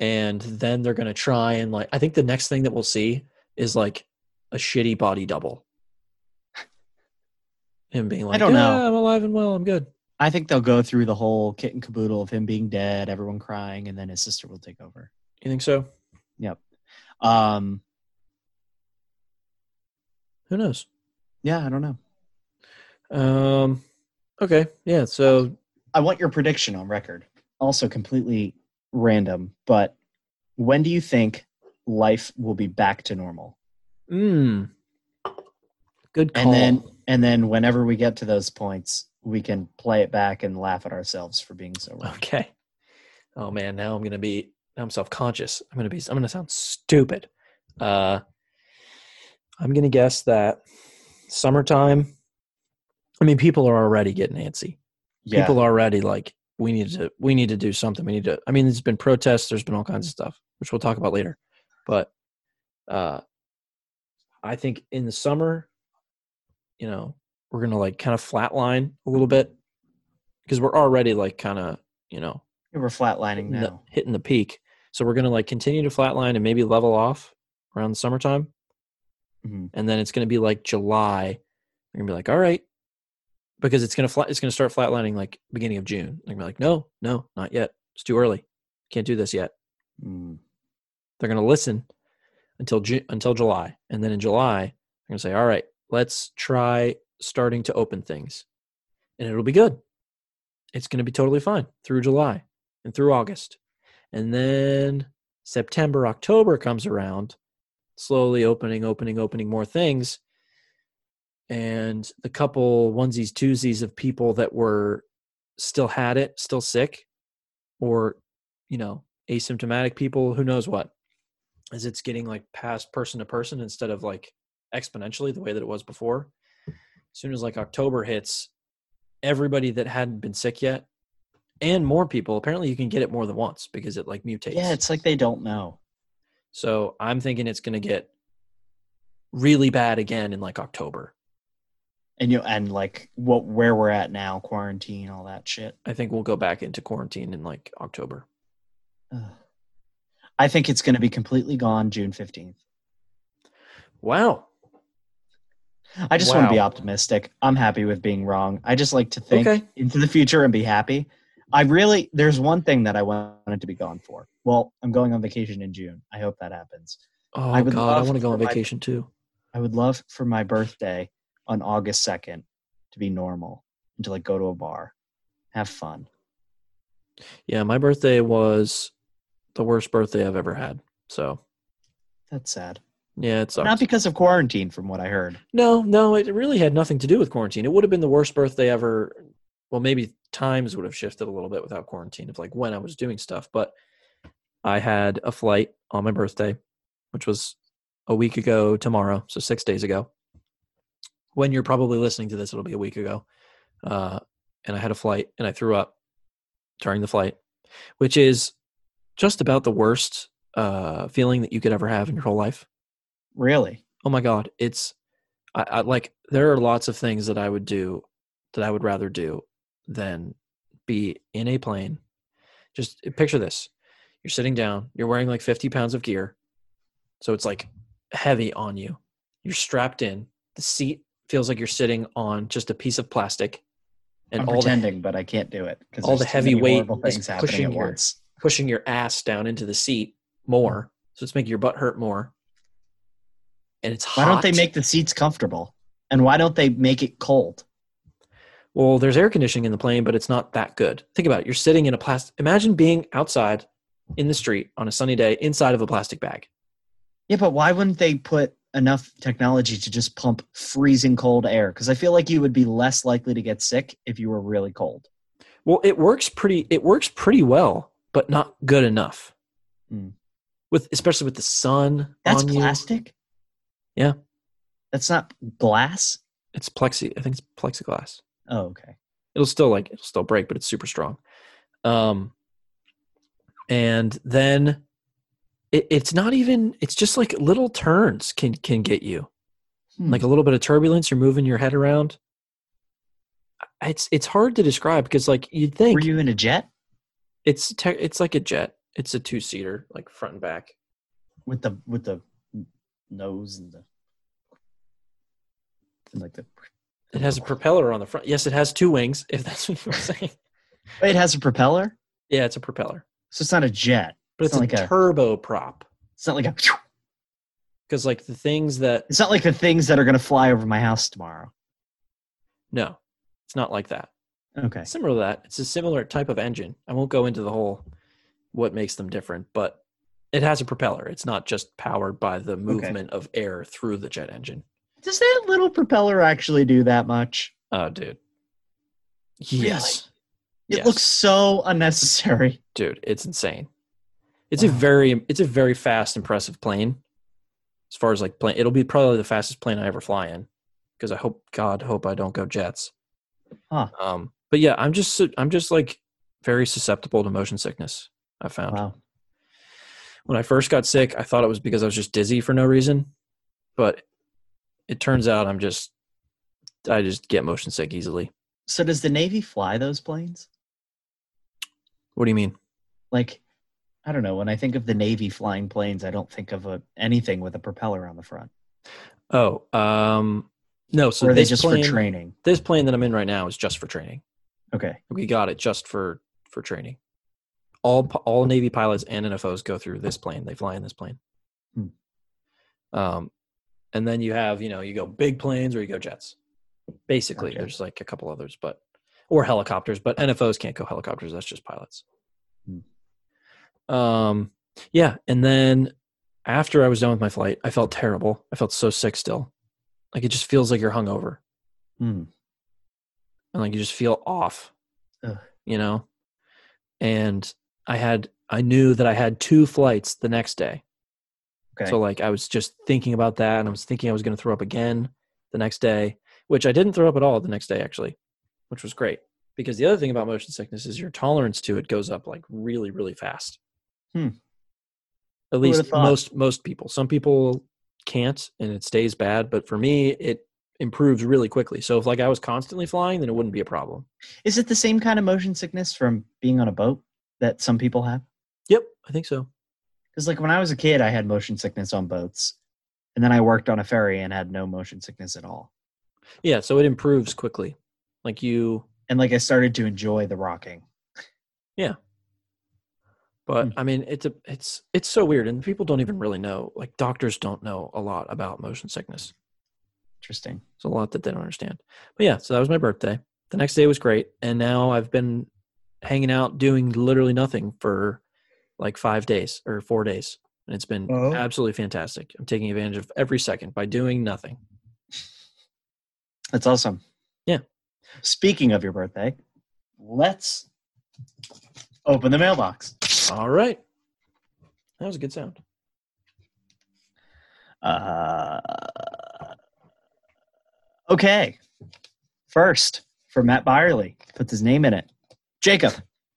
And then they're going to try and like I think the next thing that we'll see is like a shitty body double. Him being like, don't know. "Yeah, I'm alive and well. I'm good. I think they'll go through the whole kit and caboodle of him being dead, everyone crying, and then his sister will take over. You think so? Um, Who knows? yeah, I don't know. Um, okay, yeah. So I want your prediction on record. Also, completely random, but when do you think life will be back to normal? Mm. Good call. and then and then whenever we get to those points we can play it back and laugh at ourselves for being so *laughs* wrong okay. Oh man, now I'm gonna be now I'm self conscious. I'm gonna be I'm gonna sound stupid. Uh I'm gonna guess that summertime. I mean, people are already getting antsy. yeah People are already like, we need to we need to do something. We need to I mean, there's been protests, there's been all kinds of stuff, which we'll talk about later. But uh I think in the summer, you know, we're gonna like kind of flatline a little bit. Because we're already like kind of, you know, we're flatlining hitting now the- hitting the peak. So we're gonna like continue to flatline and maybe level off around the summertime, Mhm. and then it's gonna be like July. We're gonna be like, all right, because it's gonna flat. It's gonna start flatlining like beginning of June. They're gonna be like, no, no, not yet. It's too early. Can't do this yet. Mm. They're gonna listen until Ju- until July, and then in July they're gonna say, all right, let's try starting to open things, and it'll be good. It's gonna be totally fine through July and through August. And then September, October comes around, slowly opening, opening, opening more things. And the couple onesies, twosies of people that were still had it, still sick, or, you know, asymptomatic people, who knows what, as it's getting like past person to person instead of like exponentially the way that it was before. As soon as like October hits, everybody that hadn't been sick yet and more people. Apparently, you can get it more than once because it like mutates. Yeah, it's like they don't know. so I'm thinking it's going to get really bad again in like October. And you and like what where we're at now, quarantine, all that shit. I think we'll go back into quarantine in like October. Ugh. I think it's going to be completely gone June fifteenth. Wow. I just want to be Wow. optimistic. I'm happy with being wrong. I just like to think Okay. into the future and be happy. I really, there's one thing that I wanted to be gone for. Well, I'm going on vacation in June. I hope that happens. Oh I would God, I love want to go on for my- vacation too. I would love for my birthday on August 2nd to be normal and to like go to a bar, have fun. Yeah, my birthday was the worst birthday I've ever had. So That's sad. yeah, it sucks. Not because of quarantine, from what I heard. No, no, it really had nothing to do with quarantine. It would have been the worst birthday ever. Well, maybe times would have shifted a little bit without quarantine of like when I was doing stuff, but I had a flight on my birthday, which was a week ago tomorrow, so 6 days ago. When you're probably listening to this, it'll be a week ago. Uh and I had a flight and I threw up during the flight, which is just about the worst uh feeling that you could ever have in your whole life. Really? Oh my God, it's I, I like there are lots of things that I would do that I would rather do than be in a plane. Just uh, picture this: you're sitting down, you're wearing like 50 pounds of gear, so it's like heavy on you. You're strapped in. The seat feels like you're sitting on just a piece of plastic, and I'm all the pretending, but I can't do it because all the heavy weight is things happening pushing at your- once. pushing your ass down into the seat more, so it's making your butt hurt more. And it's Why don't they hot. make the seats comfortable? And why don't they make it cold? Well, there's air conditioning in the plane, but it's not that good. Think about it. You're sitting in a plastic. Imagine being outside in the street on a sunny day inside of a plastic bag. Yeah, but why wouldn't they put enough technology to just pump freezing cold air? Because I feel like you would be less likely to get sick if you were really cold. Well, it works pretty. It works pretty well, but not good enough. Hmm. With especially with the sun That's on you, plastic? Yeah. That's not glass? it's plexi. I think it's plexiglass. Oh, okay. it'll still like it'll still break, but it's super strong. Um, and then it, it's not even it's just like little turns can can get you, Hmm. like a little bit of turbulence. You're moving your head around. It's it's hard to describe because like you'd Were think you in a jet it's te- it's like a jet. It's a two seater, like front and back. with the with the nose and the and like the It Oh. has a propeller on the front. Yes, it has two wings. If that's *laughs* what you were saying. Wait, it has a propeller? Yeah, it's a propeller, So it's not a jet. but It's it's, like a, a- turboprop It's not like a because like the things that It's not like the things that are going to fly over my house tomorrow. no, it's not like that. Okay. Similar to that, it's a similar type of engine. I won't go into the whole what makes them different, but it has a propeller. It's not just powered by the movement of air through the jet engine. Does that little propeller actually do that much? Oh, dude. Yes. It Yes. looks so unnecessary. dude, it's insane. It's a Wow. very it's a very fast, impressive plane. As far as like plane, it'll be probably the fastest plane I ever fly in because I hope God hope I don't go jets. Huh. Um, but yeah, I'm just su- I'm just like very susceptible to motion sickness. I found. Wow. when I first got sick, I thought it was because I was just dizzy for no reason, but it turns out I'm just I just get motion sick easily. So does the Navy fly those planes? What do you mean? Like, I don't know. When I think of the Navy flying planes, I don't think of a, anything with a propeller on the front. Oh, um no, so or are they this just plane, for training? this plane that I'm in right now is just for training. Okay. We got it just for for training. All p- all Navy pilots and NFOs go through this plane. They fly in this plane. Hmm. Um, and then you have you know you go big planes or you go jets. Basically, Gotcha. there's like a couple others, but or helicopters. But NFOs can't go helicopters. That's just pilots. Um, yeah. And then after I was done with my flight, I felt terrible. I felt so sick still. Like it just feels like you're hungover Hmm. and like you just feel off, Ugh. you know. And I had I knew that I had two flights the next day, Okay. so like I was just thinking about that, and I was thinking I was going to throw up again the next day, which I didn't throw up at all the next day actually, which was great Because the other thing about motion sickness is your tolerance to it goes up like really, really fast. Hmm. At would've least thought? most most people. Some people can't and it stays bad, but for me it improves really quickly. So if like I was constantly flying, then it wouldn't be a problem. Is it the same kind of motion sickness from being on a boat that some people have? Yep, I think so. Because like when I was a kid, I had motion sickness on boats, and then I worked on a ferry and had no motion sickness at all. Yeah, so it improves quickly. Like you And like I started to enjoy the rocking. but Hmm. i mean it's a it's it's so weird and people don't even really know like doctors don't know a lot about motion sickness Interesting. it's a lot that they don't understand but yeah so that was my birthday the next day was great and now i've been hanging out doing literally nothing for like five days or four days and it's been Oh. absolutely fantastic i'm taking advantage of every second by doing nothing That's awesome. Yeah. Speaking of your birthday, let's open the mailbox. all right that was a good sound Uh, okay. First, for Matt Byerly, puts his name in it. Jacob,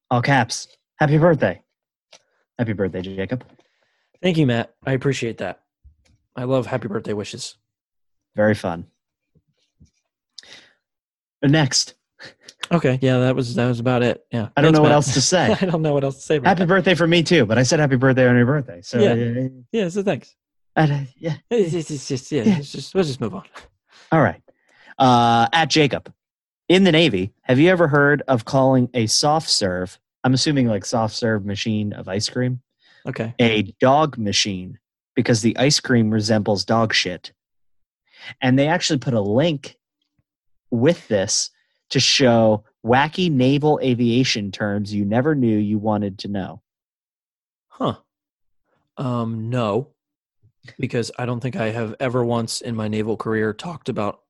all caps. Happy birthday. Happy birthday, Jacob. thank you matt i appreciate that i love happy birthday wishes Very fun. Next, okay yeah that was that was about it yeah I don't Thanks, know what Matt. *laughs* else to say. I don't know what else to say. about happy that. birthday for me too, but I said happy birthday on your birthday. So Yeah. Yeah, so thanks. uh, I- yeah. It's, it's- it's just, yeah, Yeah. it's just, let's just move on. All right. Uh, at Jacob, in the Navy, have you ever heard of calling a soft serve? I'm assuming like soft serve machine of ice cream, Okay. a dog machine, because the ice cream resembles dog shit. And they actually put a link with this to show wacky naval aviation terms you never knew you wanted to know. Huh. Um, no, because I don't think I have ever once in my naval career talked about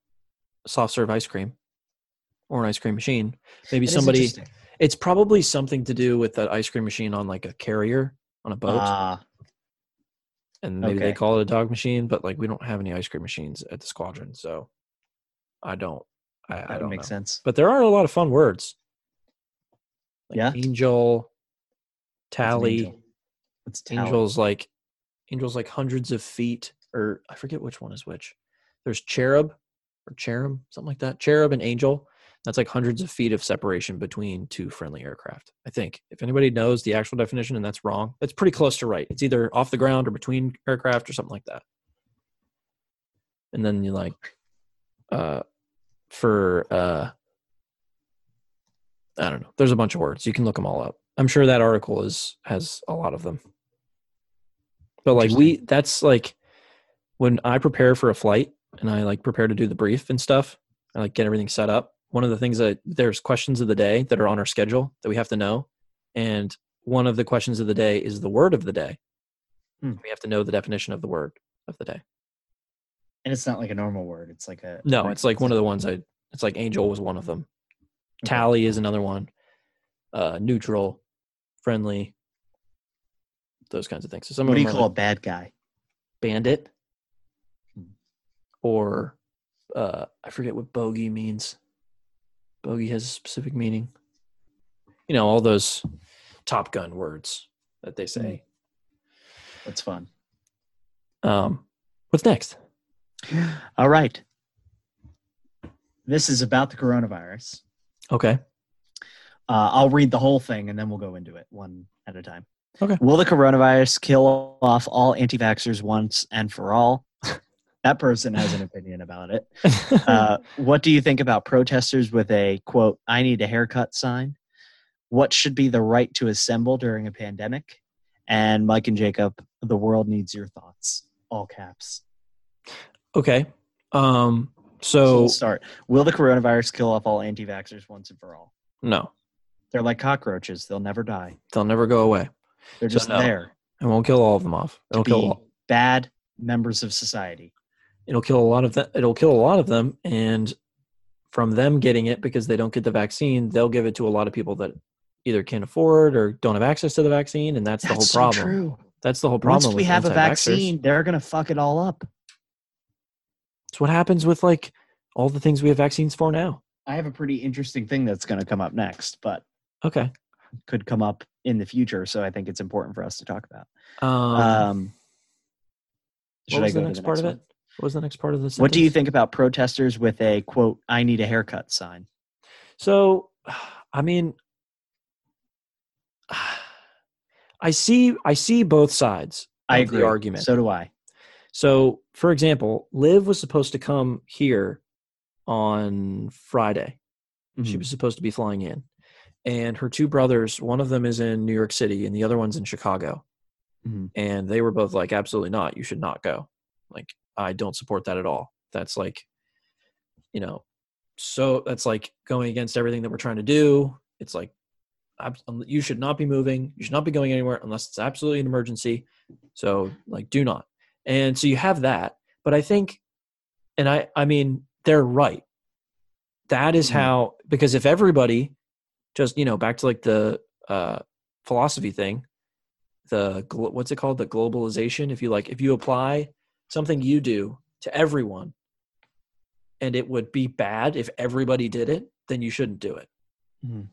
soft serve ice cream or an ice cream machine. Maybe It is somebody, interesting. it's probably something to do with that ice cream machine on like a carrier on a boat. Ah, and maybe they okay. call it a dog machine, but like we don't have any ice cream machines at the squadron. So I don't, I, I that don't would know. make sense. but there are a lot of fun words. Yeah. Angel, It's an tally. angel. It's tally. Angel's like, angels like hundreds of feet, or I forget which one is which. There's cherub, or cherub, something like that. Cherub and angel. That's like hundreds of feet of separation between two friendly aircraft. I think if anybody knows the actual definition and that's wrong, that's pretty close to right. It's either off the ground or between aircraft or something like that. And then you like, uh, for uh, I don't know. There's a bunch of words. You can look them all up. I'm sure that article is has a lot of them. But like we that's like when I prepare for a flight and I like prepare to do the brief and stuff, I like get everything set up. One of the things that there's questions of the day that are on our schedule that we have to know. And one of the questions of the day is the word of the day. Hmm. We have to know the definition of the word of the day. And it's not like a normal word. It's like a No, it's like one of the ones I it's like angel was one of them. Tally is another one. Uh neutral, friendly, those kinds of things. So some What of do them you are, call a bad guy? bandit Hmm. or uh i forget what bogey means bogey has a specific meaning you know all those top gun words that they say That's fun. Hmm. um what's next All right. This is about the coronavirus. okay Uh, I'll read the whole thing and then we'll go into it one at a time. Okay. Will the coronavirus kill off all anti vaxxers once and for all? *laughs* that person has an opinion about it. Hmm. Uh, what do you think about protesters with a quote, I need a haircut sign? What should be the right to assemble during a pandemic? And Mike and Jacob, the world needs your thoughts. All caps. *laughs* okay um So so we'll start. Will the coronavirus kill off all anti vaxxers once and for all? no They're like cockroaches. They'll never die. they'll never go away They're So just no. there it won't kill all of them off to it'll be kill all, bad members of society. it'll kill a lot of them it'll kill a lot of them and from them getting it because they don't get the vaccine they'll give it to a lot of people that either can't afford or don't have access to the vaccine and that's, the whole problem true. that's the whole problem Once we with have a anti-vaxxers. vaccine, they're going to fuck it all up. it's what happens with like all the things we have vaccines for now I have a pretty interesting thing that's going to come up next, but Okay. could come up in the future. So I think it's important for us to talk about. Um, Um, what should I was go the to next part of one? it? What was the next part of this? What do you think about protesters with a quote, I need a haircut sign? So, I mean, *sighs* I see I see both sides. I of agree. The argument. So do I. So, for example, Liv was supposed to come here on Friday. She Mhm. was supposed to be flying in. And her two brothers, one of them is in New York City and the other one's in Chicago. Mhm. And they were both like, absolutely not. You should not go. Like, I don't support that at all. That's like, you know, so that's like going against everything that we're trying to do. It's like, ab- um, you should not be moving. You should not be going anywhere unless it's absolutely an emergency. So, like, do not. And so you have that. But I think, and I, I mean, they're right. That is Mhm. how, because if everybody just, you know, back to like the uh, philosophy thing, the, glo- what's it called? The globalization. If you like, if you apply something you do to everyone and it would be bad if everybody did it, then you shouldn't do it. Mhm.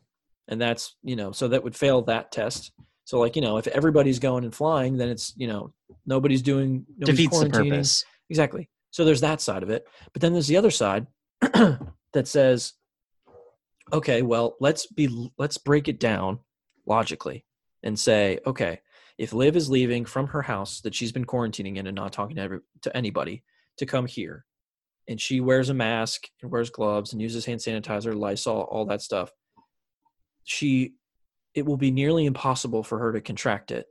And that's, you know, so that would fail that test. So like, you know, if everybody's going and flying, then it's, you know, nobody's doing, nobody's Defeats the quarantining. purpose. Exactly. So there's that side of it. But then there's the other side *clears throat* that says, okay, well, let's be let's break it down logically and say, okay, if Liv is leaving from her house that she's been quarantining in and not talking to, every, to anybody to come here, and she wears a mask and wears gloves and uses hand sanitizer, Lysol, all that stuff, she it will be nearly impossible for her to contract it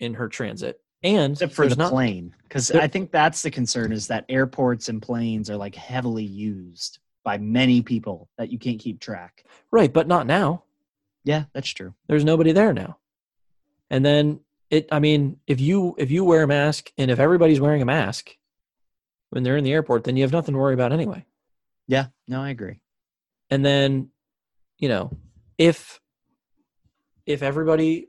in her transit. And Except for there's the not, plane, because There- I think that's the concern is that airports and planes are like heavily used by many people that you can't keep track. right, but not now. Yeah, that's true. there's nobody there now and then it i mean if you if you wear a mask and if everybody's wearing a mask when they're in the airport then you have nothing to worry about anyway Yeah, no, I agree. and then you know if if everybody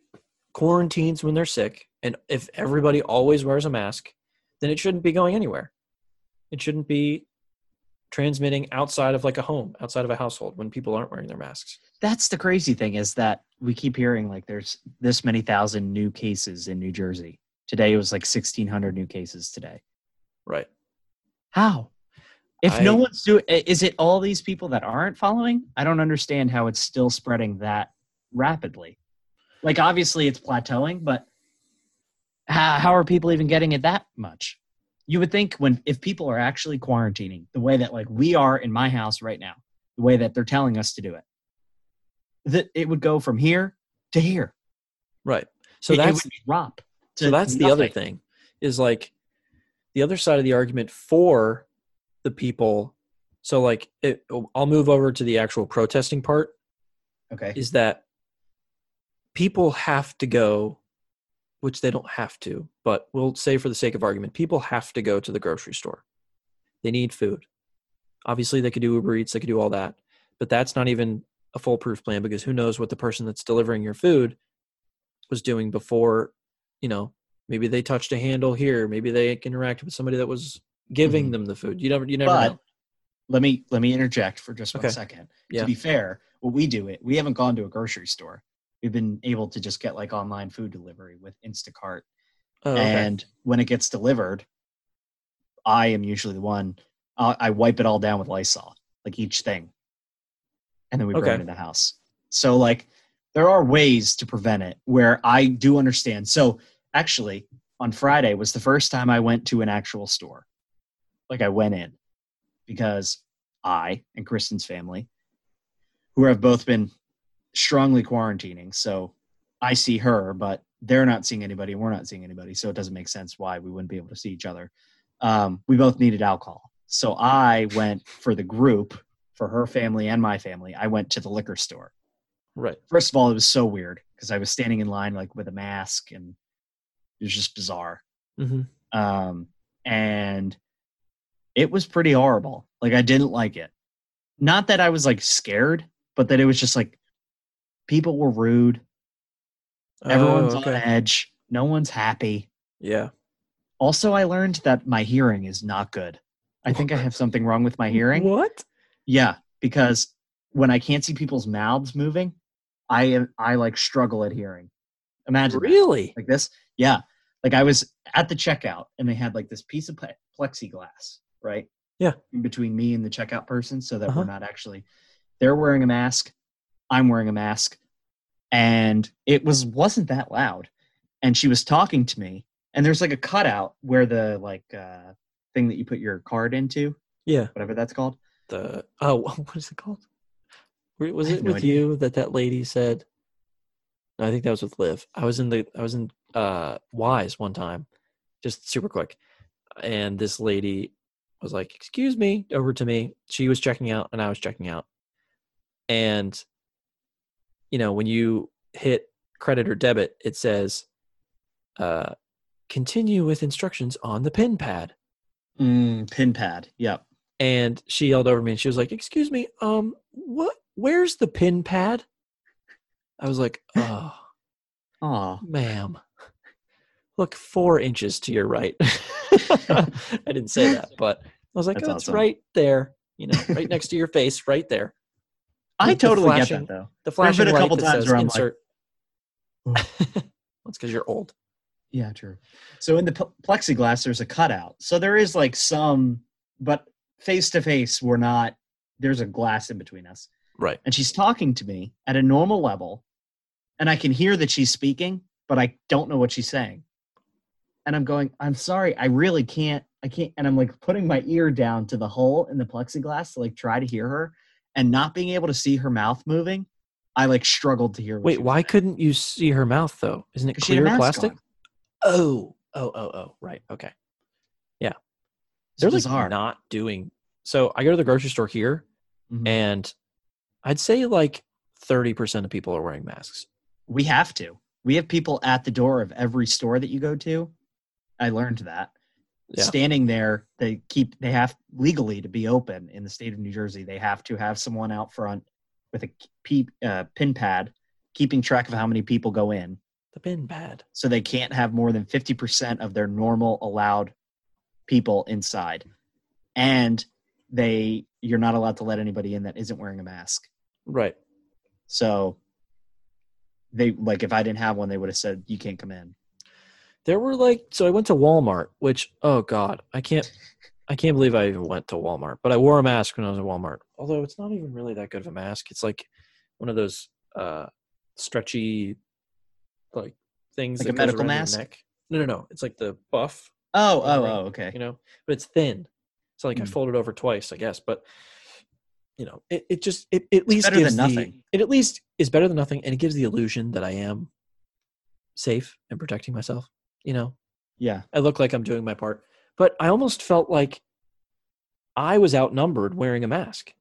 quarantines when they're sick and if everybody always wears a mask then it shouldn't be going anywhere it shouldn't be transmitting outside of like a home outside of a household when people aren't wearing their masks That's the crazy thing is that we keep hearing like there's this many thousand new cases in New Jersey. Today it was like 1,600 new cases today. right How? If no I- one's doing, is it all these people that aren't following? I don't understand how it's still spreading that rapidly. Like obviously it's plateauing, but how, how are people even getting it that much? You would think when if people are actually quarantining the way that like we are in my house right now, the way that they're telling us to do it, that it would go from here to here. right so It- it, that's would drop. so to that's the other nothing. thing is like the other side of the argument for the people so like it, i'll move over to the actual protesting part Okay. is that people have to go which they don't have to but we'll say for the sake of argument people have to go to the grocery store they need food obviously they could do uber eats they could do all that but that's not even a foolproof plan because who knows what the person that's delivering your food was doing before you know maybe they touched a handle here maybe they interacted with somebody that was giving Mhm. them the food you never you never But- know Let me let me interject for just one Okay. second. yeah to be fair, what we do it, we haven't gone to a grocery store. We've been able to just get like online food delivery with Instacart. oh, okay. And when it gets delivered, I am usually the one, I I wipe it all down with Lysol, like each thing. And then we Okay. bring it in the house. So, like, there are ways to prevent it where I do understand. So, actually, on Friday was the first time I went to an actual store. Like, I went in because I and Kristen's family, who have both been strongly quarantining, so I see her, but they're not seeing anybody, and we're not seeing anybody, so it doesn't make sense why we wouldn't be able to see each other. Um, we both needed alcohol, so I went for the group, for her family and my family. I went to the liquor store. right First of all, it was so weird because I was standing in line like with a mask, and it was just bizarre hmm um, and it was pretty horrible. Like I didn't like it. Not that I was like scared, but that it was just like people were rude. Oh, Everyone's on edge. No one's happy. yeah Also, I learned that my hearing is not good. I think I have something wrong with my hearing. what Yeah, because when I can't see people's mouths moving, I am I like struggle at hearing. Imagine that. Really? like this. Yeah, like I was at the checkout and they had like this piece of ple- plexiglass, right? Yeah. in between me and the checkout person, so that Uh-huh. we're not actually. They're wearing a mask. I'm wearing a mask, and it was wasn't that loud. And she was talking to me, and there's like a cutout where the like uh, thing that you put your card into, Yeah. whatever that's called. The oh, *laughs* what is it called? Wait, Was I have it no with idea. you that that lady said? No, I think that was with Liv. I was in the I was in uh Wise one time, just super quick, and this lady was like, "Excuse me," over to me. She was checking out, and I was checking out, and you know when you hit credit or debit, it says, uh, "Continue with instructions on the pin pad." Mm, pin pad. Yep. and she yelled over me and she was like excuse me um what where's the pin pad i was *laughs* like oh Aw. ma'am look four inches to your right *laughs* i didn't say that but i was like That's oh, it's awesome. right there you know right next to *laughs* your face right there I Like the totally flashing- get that though. the There have flashing been a light couple that times says where I'm like, insert *laughs* that's because you're old Yeah, true. So in the p- plexiglass, there's a cutout. So there is like some, but face to face, we're not. There's a glass in between us, right and she's talking to me at a normal level, and I can hear that she's speaking, but I don't know what she's saying. And I'm going, I'm sorry, I really can't, I can't. And I'm like putting my ear down to the hole in the plexiglass to like try to hear her, and not being able to see her mouth moving, I like struggled to hear. What wait she was why saying. couldn't you see her mouth though isn't it 'Cause she had a clear mask plastic on. oh oh oh oh right okay It's they're bizarre. like not doing so i go to the grocery store here Mhm. and i'd say like 30% of people are wearing masks We have to. We have people at the door of every store that you go to. I learned that. Yeah. Standing there, they keep they have legally to be open in the state of New Jersey. They have to have someone out front with a peep, uh, pin pad keeping track of how many people go in, the bin bad so they can't have more than fifty percent of their normal allowed people inside, and they you're not allowed to let anybody in that isn't wearing a mask. right So they like if I didn't have one, they would have said you can't come in. there were like so i went to walmart which oh god i can't i can't believe i even went to walmart but i wore a mask when i was at walmart although it's not even really that good of a mask it's like one of those uh stretchy like things Like that a goes medical around your mask? neck no no no it's like the buff Oh, oh, Right. oh, okay. you know but it's thin so like i Mm. folded over twice i guess but you know it, it just it, it at least better gives than the- nothing. it at least is better than nothing and it gives the illusion that i am safe and protecting myself you know Yeah. i look like i'm doing my part but i almost felt like i was outnumbered wearing a mask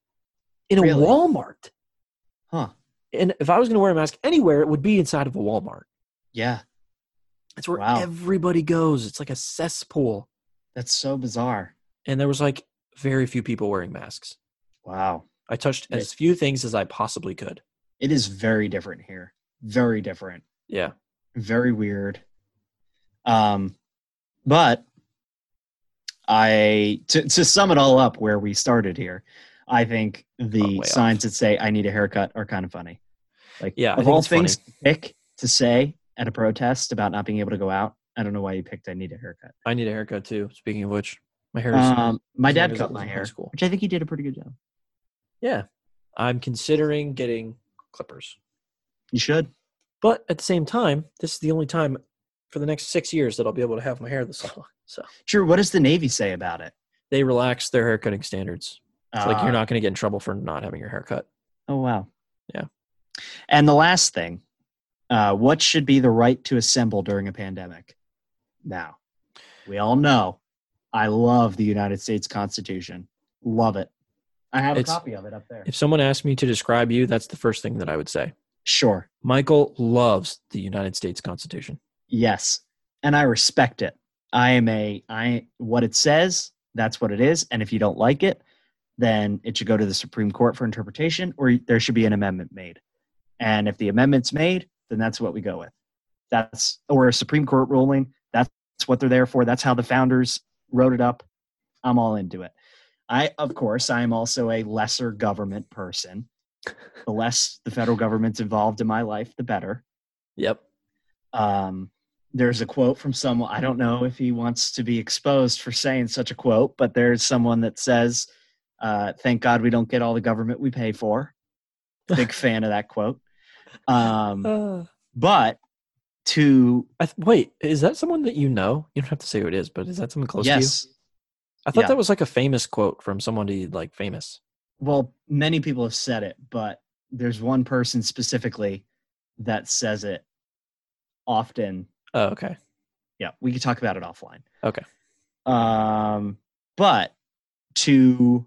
in a Really? walmart Huh. and if i was going to wear a mask anywhere it would be inside of a walmart Yeah. it's where Wow. everybody goes it's like a cesspool That's so bizarre. and there was like very few people wearing masks Wow. I touched Yeah. as few things as I possibly could. It is very different here. Very different. Yeah. Very weird. Um but I to to sum it all up where we started here, I think Not the way signs that say I need a haircut are kind of funny. Like Yeah, I of think all it's funny. things to pick to say at a protest about not being able to go out, I don't know why you picked I need a haircut. I need a haircut too. Speaking of which, my hair is Um, my as long dad as it cut was my in high hair, school. which I think he did a pretty good job. yeah. I'm considering getting clippers. You should. But at the same time, this is the only time for the next six years that I'll be able to have my hair this long. So Sure. What does the Navy say about it? they relaxed their haircutting standards. It's like Uh, you're not going to get in trouble for not having your hair cut. Oh wow. Yeah. And the last thing, uh, what should be the right to assemble during a pandemic? Now, we all know. I love the United States Constitution. Love it. I have It's- a copy of it up there. If someone asked me to describe you, that's the first thing that I would say. Sure. Michael loves the United States Constitution. Yes. And I respect it. I am a I what it says, that's what it is. And if you don't like it, then it should go to the Supreme Court for interpretation or there should be an amendment made. And if the amendment's made, then that's what we go with. That's or a Supreme Court ruling, that's what they're there for. That's how the founders wrote it up. I'm all into it. I, of course, I am also a lesser government person. The less the federal government's involved in my life, the better. Yep. Um, there's a quote from someone, I don't know if he wants to be exposed for saying such a quote, but there's someone that says, uh, Thank God we don't get all the government we *laughs* pay for. Big fan of that quote. Uh, Um, but to, I th- wait, is that someone that you know? You don't have to say who it is, but is that someone close to you? yes, I thought yeah. that was like a famous quote from somebody like famous. well, many people have said it, but there's one person specifically that says it often Oh, okay. yeah, we could talk about it offline. Okay. Um, but to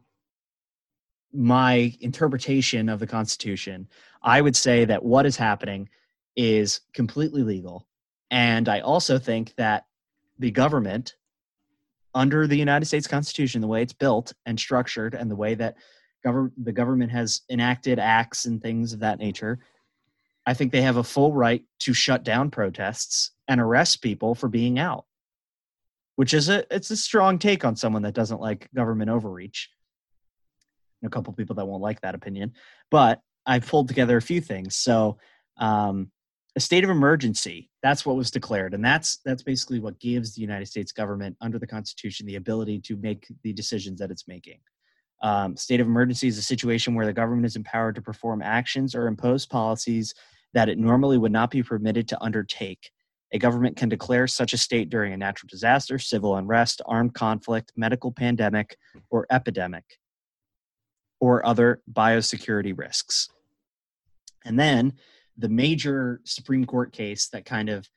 my interpretation of the Constitution, I would say that what is happening is completely legal. And I also think that the government, under the United States Constitution, the way it's built and structured, and the way that govern- the government has enacted acts and things of that nature, I think they have a full right to shut down protests and arrest people for being out, which is a it's a strong take on someone that doesn't like government overreach. And a couple people that won't like that opinion, but I pulled together a few things. So, um, a state of emergency that's what was declared, and that's that's basically what gives the United States government under the Constitution the ability to make the decisions that it's making. Um, state of emergency is a situation where the government is empowered to perform actions or impose policies that it normally would not be permitted to undertake. A government can declare such a state during a natural disaster, civil unrest, armed conflict, medical pandemic, or epidemic, or other biosecurity risks. And then the major Supreme Court case that kind of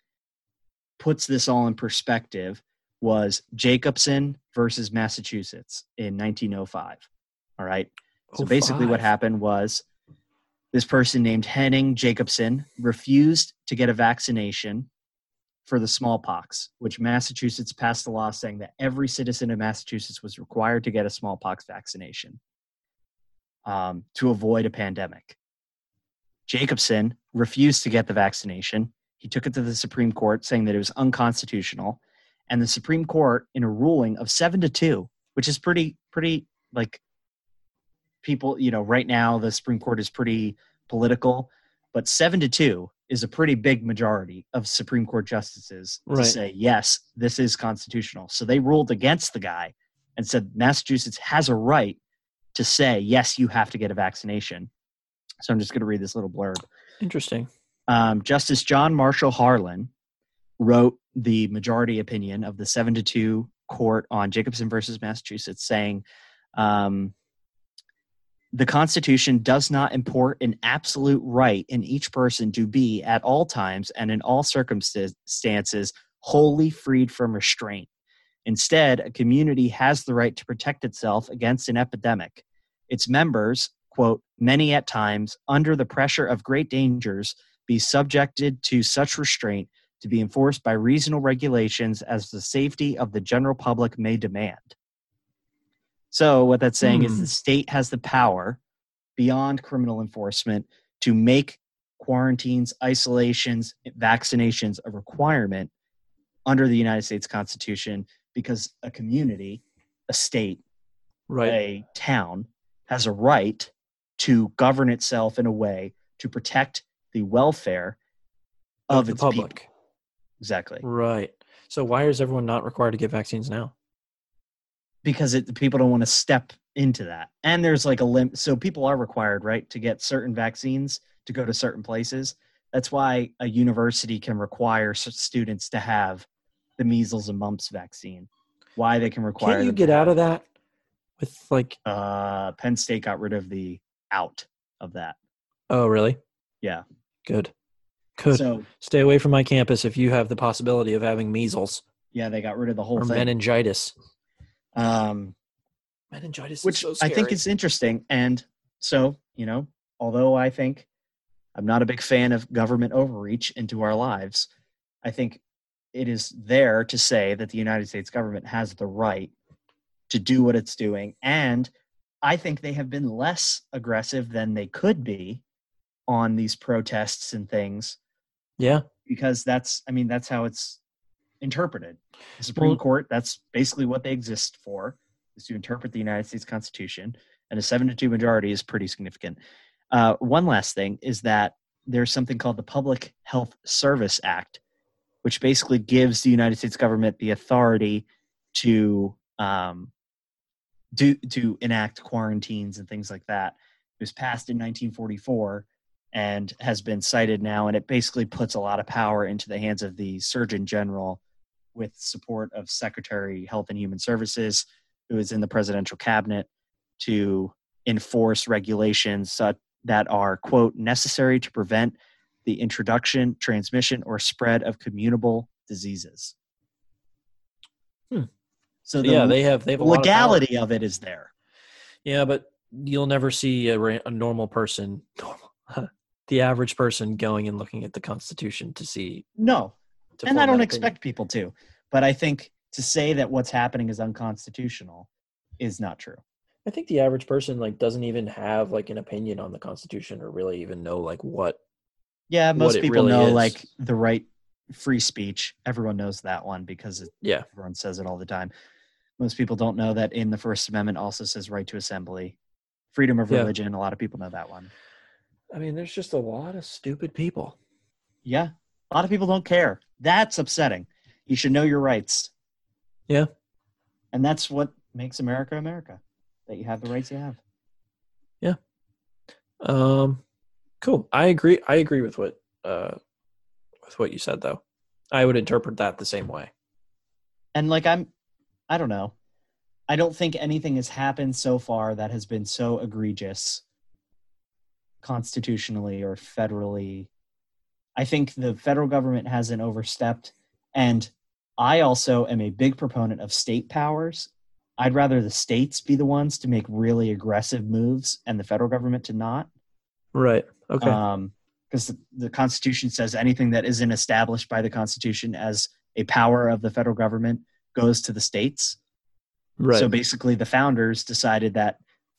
puts this all in perspective was Jacobson versus Massachusetts in 1905. All right. So Oh, basically, what five. happened was this person named Henning Jacobson refused to get a vaccination for the smallpox, which Massachusetts passed a law saying that every citizen of Massachusetts was required to get a smallpox vaccination um, to avoid a pandemic. Jacobson refused to get the vaccination. He took it to the Supreme Court, saying that it was unconstitutional. And the Supreme Court, in a ruling of seven to two, which is pretty, pretty like people, you know, right now the Supreme Court is pretty political, but seven to two is a pretty big majority of Supreme Court justices to Right. say, yes, this is constitutional. So they ruled against the guy and said, Massachusetts has a right to say, yes, you have to get a vaccination. So I'm just going to read this little blurb Interesting. um, Justice John Marshall Harlan wrote the majority opinion of the seven to two court on Jacobson versus Massachusetts, saying um, the Constitution does not import an absolute right in each person to be at all times and in all circumstances wholly freed from restraint. Instead, a community has the right to protect itself against an epidemic. Its members, quote, many at times, under the pressure of great dangers, be subjected to such restraint to be enforced by reasonable regulations as the safety of the general public may demand. So, what that's saying is Hmm. the state has the power beyond criminal enforcement to make quarantines, isolations, vaccinations a requirement under the United States Constitution because a community, a state, Right. a town has a right to govern itself in a way to protect the welfare of, the its public. people. Exactly, Right. So why is everyone not required to get vaccines now? because it, the people don't want to step into that. And there's like a limit, so people are required, right, to get certain vaccines to go to certain places. That's why a university can require s- students to have the measles and mumps vaccine. Why they can require? Can't you them to get out of have- that with like? Uh, Penn State got rid of the out of that. Oh, really? Yeah. Good. Good. So Stay away from my campus if you have the possibility of having measles Yeah, they got rid of the whole or thing. meningitis. um, Meningitis, is which so I think scary. is interesting. And so, you know, although I think I'm not a big fan of government overreach into our lives, I think it is there to say that the United States government has the right to do what it's doing. And I think they have been less aggressive than they could be on these protests and things yeah. because that's i mean that's how it's interpreted the supreme Well- court that's basically what they exist for is to interpret the United States Constitution, and a seven to two majority is pretty significant. Uh, one last thing is that there's something called the Public Health Service Act, which basically gives the United States government the authority to um, do to enact quarantines and things like that. It was passed in 1944 and has been cited now, and it basically puts a lot of power into the hands of the Surgeon General with support of Secretary Health and Human Services, who is in the presidential cabinet, to enforce regulations such that are quote necessary to prevent the introduction, transmission, or spread of communicable diseases. Hmm. So the yeah, they have they have a lot of power. legality of it is there. Yeah, but you'll never see a, ra- a normal person, normal, *laughs* the average person going and looking at the Constitution to see. No, To and I form don't that expect people to. But I think to say that what's happening is unconstitutional is not true. opinion. I think the average person like doesn't even have like an opinion on the Constitution or really even know like what. Yeah, most it people really know is. like the right free speech. Everyone knows that one because it, Yeah. everyone says it all the time. Most people don't know that in the First Amendment also says right to assembly, freedom of Yeah. religion. A lot of people know that one. I mean, there's just a lot of stupid people. Yeah, a lot of people don't care. That's upsetting. You should know your rights. Yeah. And that's what makes America America. That you have the rights you have. Um, cool. I agree. I agree with what uh, with what you said though. I would interpret that the same way. and like i'm i don't know i don't think anything has happened so far that has been so egregious constitutionally or federally i think the federal government hasn't overstepped and i also am a big proponent of state powers i'd rather the states be the ones to make really aggressive moves and the federal government to not Right. Okay. um, because the, the Constitution says anything that isn't established by the Constitution as a power of the federal government goes to the states. right. So basically, the founders decided that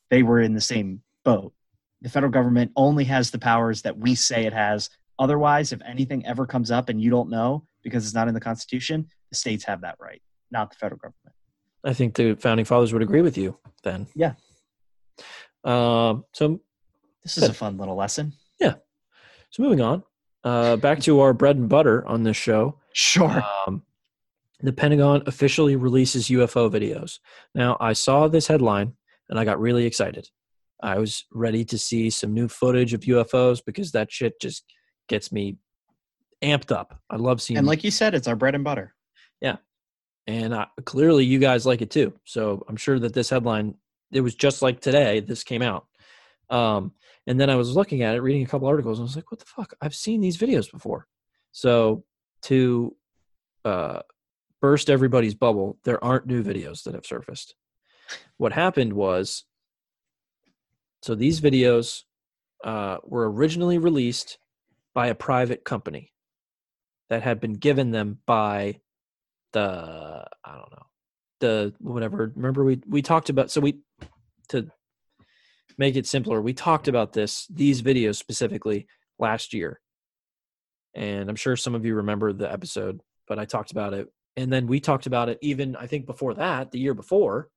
they were in the same boat. The federal government only has the powers that we say it has. Otherwise, if anything ever comes up and you don't know because it's not in the Constitution, the states have that right, not the federal government. I think the founding fathers would agree with you then. Yeah. Um, so This is a fun little lesson. so moving on, uh, back to our bread and butter on this show. Sure. Um, the Pentagon officially releases UFO videos. Now I saw this headline and I got really excited. I was ready to see some new footage of UFOs because that shit just gets me amped up. I love seeing And like you said, it's our bread and butter. and I, clearly you guys like it too. So I'm sure that this headline, it was just like today. This came out, um, and then I was looking at it, reading a couple articles, and I was like, "What the fuck? I've seen these videos before." So to uh, burst everybody's bubble, there aren't new videos that have surfaced. What happened was, so these videos uh, were originally released by a private company that had been given them by the I don't know the whatever. Remember we we talked about so we to make it simpler. We talked about this these videos specifically last year, and I'm sure some of you remember the episode, but I talked about it, and then we talked about it even I think before that the year before,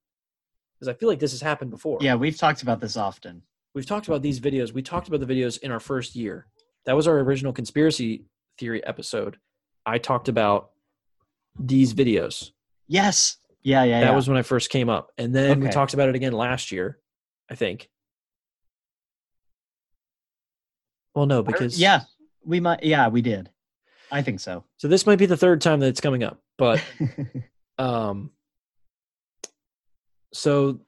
because I feel like this has happened before. Yeah, we've talked about this often. We've talked about these videos. We talked about the videos in our first year. That was our original conspiracy theory episode. I talked about these videos Yes. Yeah, yeah, that yeah. was when I first came up, and then we Okay. talked about it again last year, I think. Well, no, because yeah we might yeah we did i *laughs* think so So this might be the third time that it's coming up, but um, so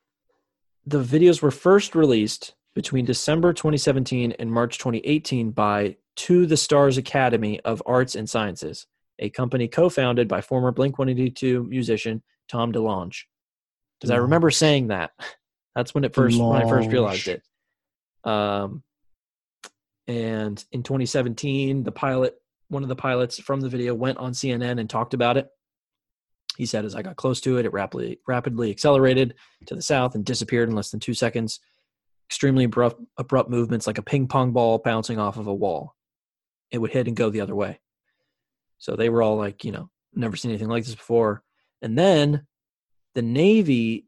the videos were first released between December 2017 and March 2018 by To the Stars Academy of Arts and Sciences, a company co-founded by former Blink 182 musician Tom DeLonge. because I remember saying that. *laughs* That's when it first when I first realized Blanche. it. Um, and in 2017, the pilot, one of the pilots from the video, went on CNN and talked about it. He said, "As I got close to it, it rapidly rapidly accelerated to the south and disappeared in less than two seconds. Extremely abrupt, abrupt movements, like a ping pong ball bouncing off of a wall. It would hit and go the other way." So they were all like, you know, never seen anything like this before. And then the Navy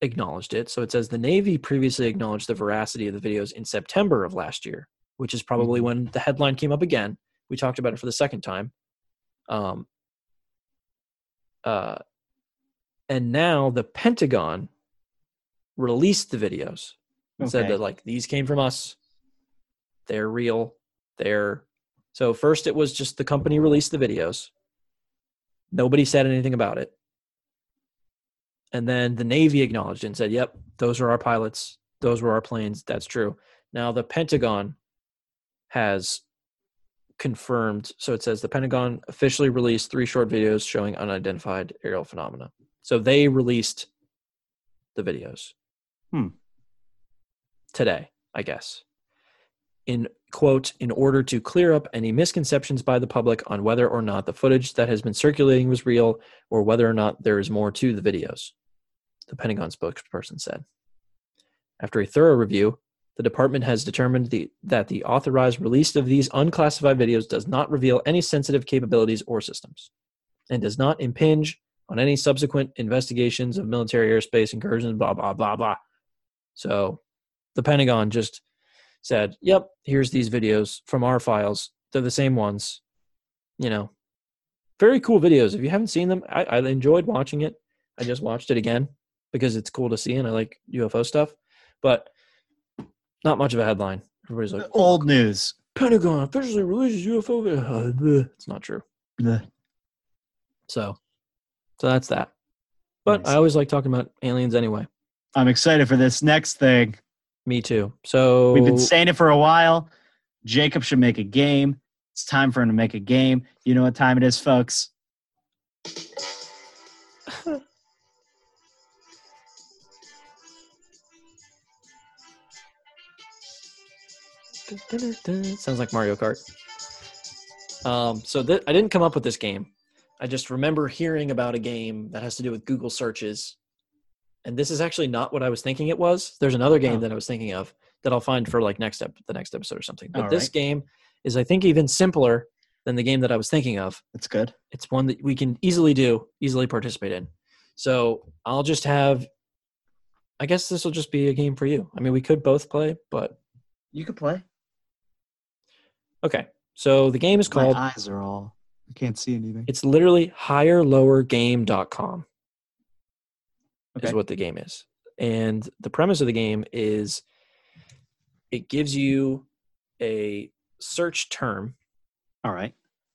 acknowledged it. So it says the Navy previously acknowledged the veracity of the videos in September of last year, which is probably when the headline came up again. We talked about it for the second time. Um, uh, and now the Pentagon released the videos and said Okay. that, like, these came from us. They're real. They're. So first it was just the company released the videos. Nobody said anything about it. And then the Navy acknowledged it and said, yep, those are our pilots. Those were our planes. That's true. Now, the Pentagon has confirmed. So it says the Pentagon officially released three short videos showing unidentified aerial phenomena. So they released the videos. Hmm. Today, I guess. In quote, in order to clear up any misconceptions by the public on whether or not the footage that has been circulating was real or whether or not there is more to the videos, the Pentagon spokesperson said. After a thorough review, the department has determined the, that the authorized release of these unclassified videos does not reveal any sensitive capabilities or systems and does not impinge on any subsequent investigations of military airspace incursions, blah, blah, blah, blah. So the Pentagon just said, yep, here's these videos from our files. They're the same ones. You know, very cool videos. If you haven't seen them, I, I enjoyed watching it. I just watched it again because it's cool to see and I like UFO stuff. But not much of a headline. Everybody's like, Old news. Pentagon officially releases UFO video. It's not true. Bleh. So, so that's that. But Nice. I always like talking about aliens anyway. I'm excited for this next thing. Me too. So We've been saying it for a while. Jacob should make a game. It's time for him to make a game. You know what time it is, folks. Sounds like Mario Kart. Um, so th- I didn't come up with this game. I just remember hearing about a game that has to do with Google searches. And this is actually not what I was thinking it was. There's another game Oh. that I was thinking of that I'll find for like next ep- the next episode or something. But All this right. game is I think even simpler than the game that I was thinking of. That's good. It's one that we can easily do, easily participate in. So I'll just have I guess this will just be a game for you. I mean, we could both play, but You could play. Okay. So the game is called My eyes are all. I can't see anything. it's literally higherlowergame.com Okay. is what the game is. And the premise of the game is it gives you a search term All right.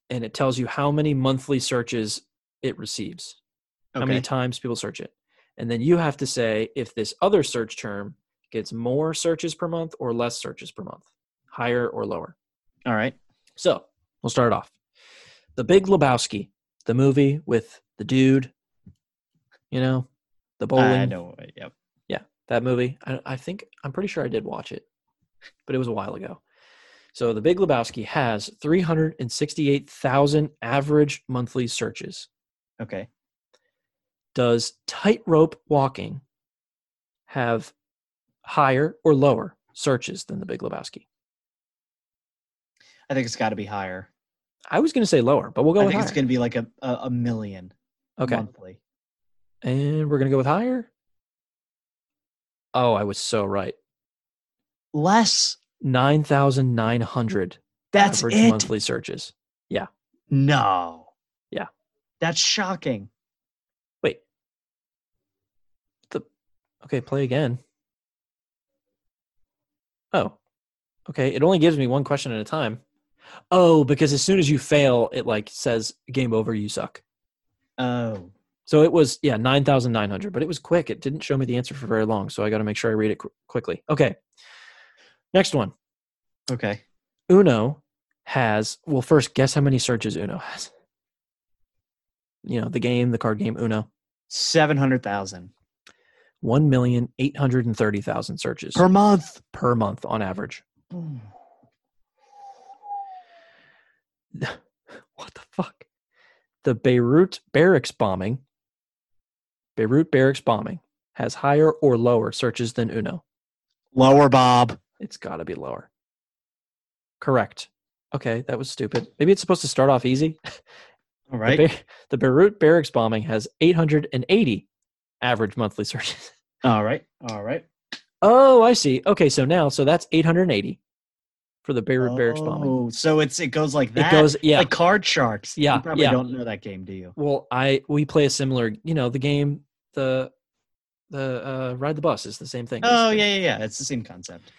and it tells you how many monthly searches it receives. how many Okay. times people search it. And then you have to say if this other search term gets more searches per month or less searches per month, higher or lower. All right. So we'll start off. The Big Lebowski, the movie with the dude, you know, the bowling, I know. Yep. that movie. I, I think, I'm pretty sure I did watch it, but it was a while ago. So The Big Lebowski has 368,000 average monthly searches. Okay. does tightrope walking have higher or lower searches than the Big Lebowski? I think it's got to be higher. I was going to say lower, but we'll go I with think higher. it's going to be like a, a, a million okay, monthly. and we're going to go with higher. Oh, I was so right. Less. Nine thousand nine hundred That's average it. monthly searches. No. Yeah. That's shocking. Okay, play again. Oh, okay. It only gives me one question at a time. Oh, because as soon as you fail, it like says game over. You suck. Oh. So it was yeah, 9,900, but it was quick. It didn't show me the answer for very long, so I got to make sure I read it qu- quickly. Okay. Next one. Okay. Uno has well first guess how many searches Uno has. You know, the game, the card game Uno. 700,000 1,830,000 searches per month. per month on average. What the fuck? The Beirut barracks bombing Beirut barracks bombing has higher or lower searches than Uno. Lower, Bob. It's got to be lower. Correct. Okay, that was stupid. Maybe it's supposed to start off easy. All The right. Be- The Beirut barracks bombing has 880 average monthly searches. *laughs* All right. All right. Oh, I see. Okay, so now, so that's 880 for the Beirut barracks bombing. Oh, so it's it goes like It that. goes, yeah. Like card sharks. Yeah, You probably yeah. don't know that game, do you? well, I we play a similar, you know, the game, the the uh, ride the bus is the same thing. Oh yeah, yeah, yeah. It's the same concept.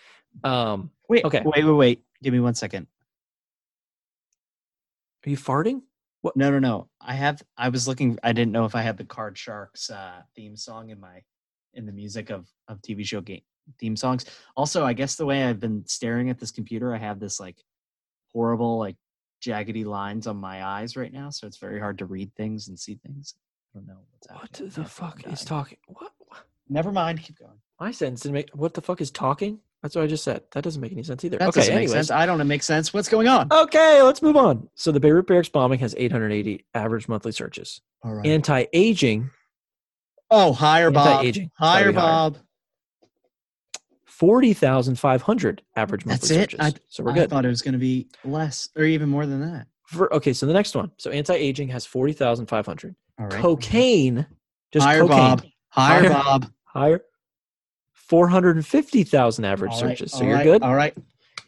Um, Wait. Okay. Wait. Wait. Wait. Give me one second. are you farting? No, no, no. I have. I was looking. I didn't know if I had the Card Sharks uh, theme song in my in the music of of TV show game theme songs. Also, I guess the way I've been staring at this computer, I have this like horrible like jaggedy lines on my eyes right now, so it's very hard to read things and see things. I don't know what's What happening. the Yeah, fuck I'm is dying. talking? What? what? Never mind. Keep going. My sentence didn't make. What the fuck is talking? That's what I just said. That doesn't make any sense either. That okay, doesn't make anyways. sense. I don't know. Make sense. What's going Oh. on? Okay, let's move on. So the Beirut barracks bombing has 880 average monthly searches. All right. Anti-aging, oh, higher Bob. anti-aging. Higher Sorry, higher. Bob. forty thousand five hundred average monthly That's it? searches. I- so we're I good. thought it was going to be less or even more than that. For- okay, so the next one. So anti-aging has forty thousand five hundred. All right. Cocaine, just Higher cocaine, Bob. Higher, Higher- Bob. higher. Four hundred and fifty thousand average All right, searches. So all you're right, good. All right.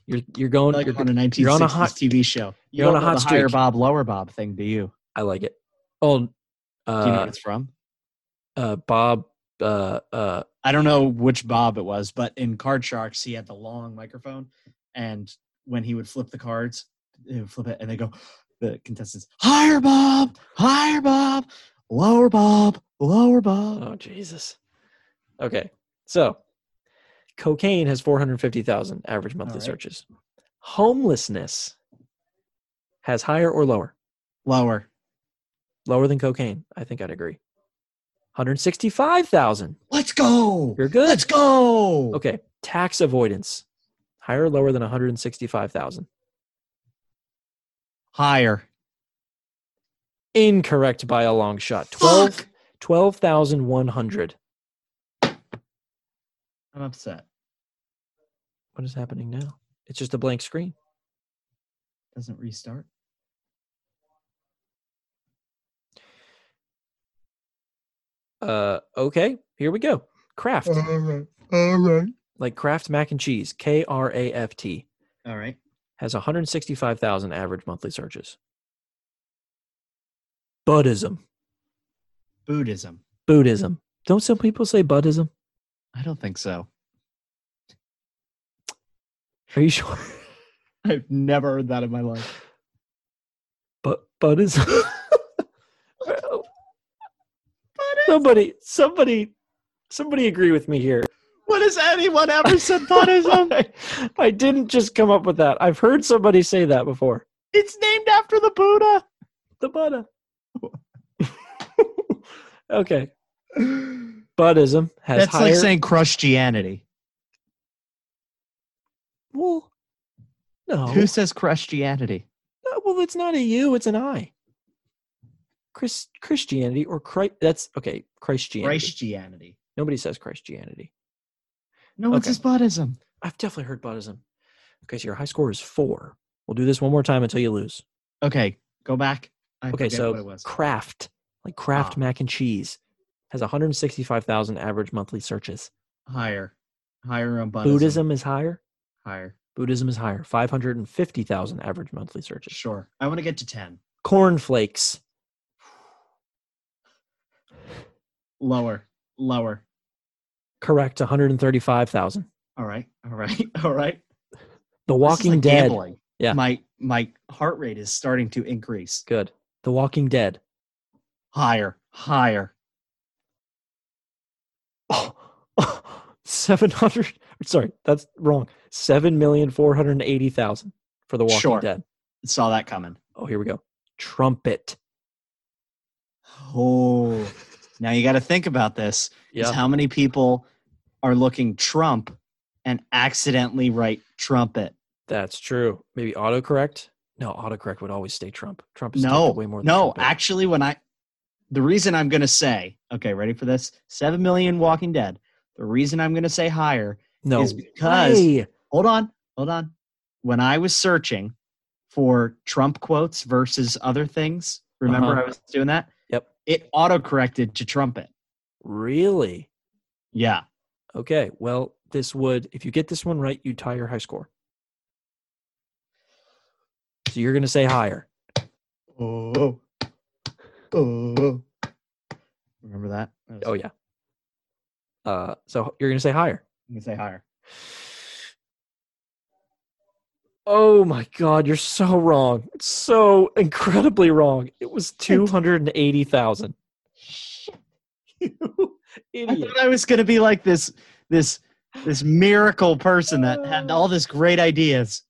You're you're going. Like you're I'm good. on a 1960s you're on a hot- TV show. you're on don't a know hot the Higher streak. Bob, lower Bob thing, do you? I like it. Oh, Do uh, you know what it's from? uh, Bob. Uh, uh, I don't know which Bob it was, but in Card Sharks, he had the long microphone, and when he would flip the cards, he would flip it, and they go, *gasps* the contestants, higher Bob, higher Bob, lower Bob, lower Bob. oh Jesus. Okay, so cocaine has four hundred fifty thousand average monthly All right. searches. Homelessness has higher or lower. Lower. lower than cocaine. I think I'd agree. 165,000. Let's go. You're good. Let's go. Okay. Tax avoidance. Higher or lower than 165,000. Higher. Incorrect by a long shot. 12 Fuck. 12,100. I'm upset. What is happening now? It's just a blank screen. Doesn't restart. Uh okay, here we go. Kraft. right. All right. Like Kraft mac and cheese. K R A F T All right. has 165,000 average monthly searches. Buddhism. Buddhism. Buddhism. Don't some people say Buddhism? I don't think so. Are you sure? *laughs* I've never heard that in my life. but Buddhism. somebody, somebody, somebody, agree with me here. What has anyone ever said Buddhism? *laughs* I, I didn't just come up with that. I've heard somebody say that before. *laughs* it's named after the Buddha. The Buddha. *laughs* okay, Buddhism has That's higher. like saying Christianity. well, no, Who says Christianity? no, well, it's not a U, it's an I. Chris, Christianity or Christ. That's okay. Christianity. Christianity. Nobody says Christianity. No one Okay. says Buddhism. I've definitely heard Buddhism. Okay, so your high score is four. We'll do this one more time until you lose. Okay, go back. I Okay, forget what it so was. Kraft, like Kraft Ah. mac and cheese, has 165,000 average monthly searches. higher, higher on Buddhism. Buddhism is higher. higher. Buddhism is higher. 550,000 average monthly searches. Sure. I want to get to ten. Cornflakes, Lower, lower. correct, 135,000. All right, *laughs* all right, all right. The This is Walking like Dead, Gambling. Yeah. My my heart rate is starting to increase. good. The Walking Dead. *laughs* Higher, higher. Oh, 700 sorry that's wrong 7,480,000 for the walking Sure. dead Saw that coming. oh here we go trumpet Oh, now you got to think about this. Is how many people are looking Trump and accidentally write trumpet? that's true maybe autocorrect no autocorrect would always stay trump trump is No, way more than no. trumpet. Actually, when I, the reason I'm going to say, okay, ready for this? Seven million Walking Dead. The reason I'm going to say higher no is because way. hold on, hold on. When I was searching for Trump quotes versus other things, remember Uh-huh. I was doing that? Yep. It autocorrected to trumpet. really Yeah. Okay, well, this would if you get this one right, you tie your high score. So you're gonna say higher. Oh. Oh. Remember that? That was- Oh yeah. Uh, so you're gonna say higher. You can say higher. Oh my god, you're so wrong. So incredibly wrong. It *laughs* was two hundred and eighty thousand. *laughs* You I idiot. thought I was gonna be like this, this, this miracle person that had all this great ideas.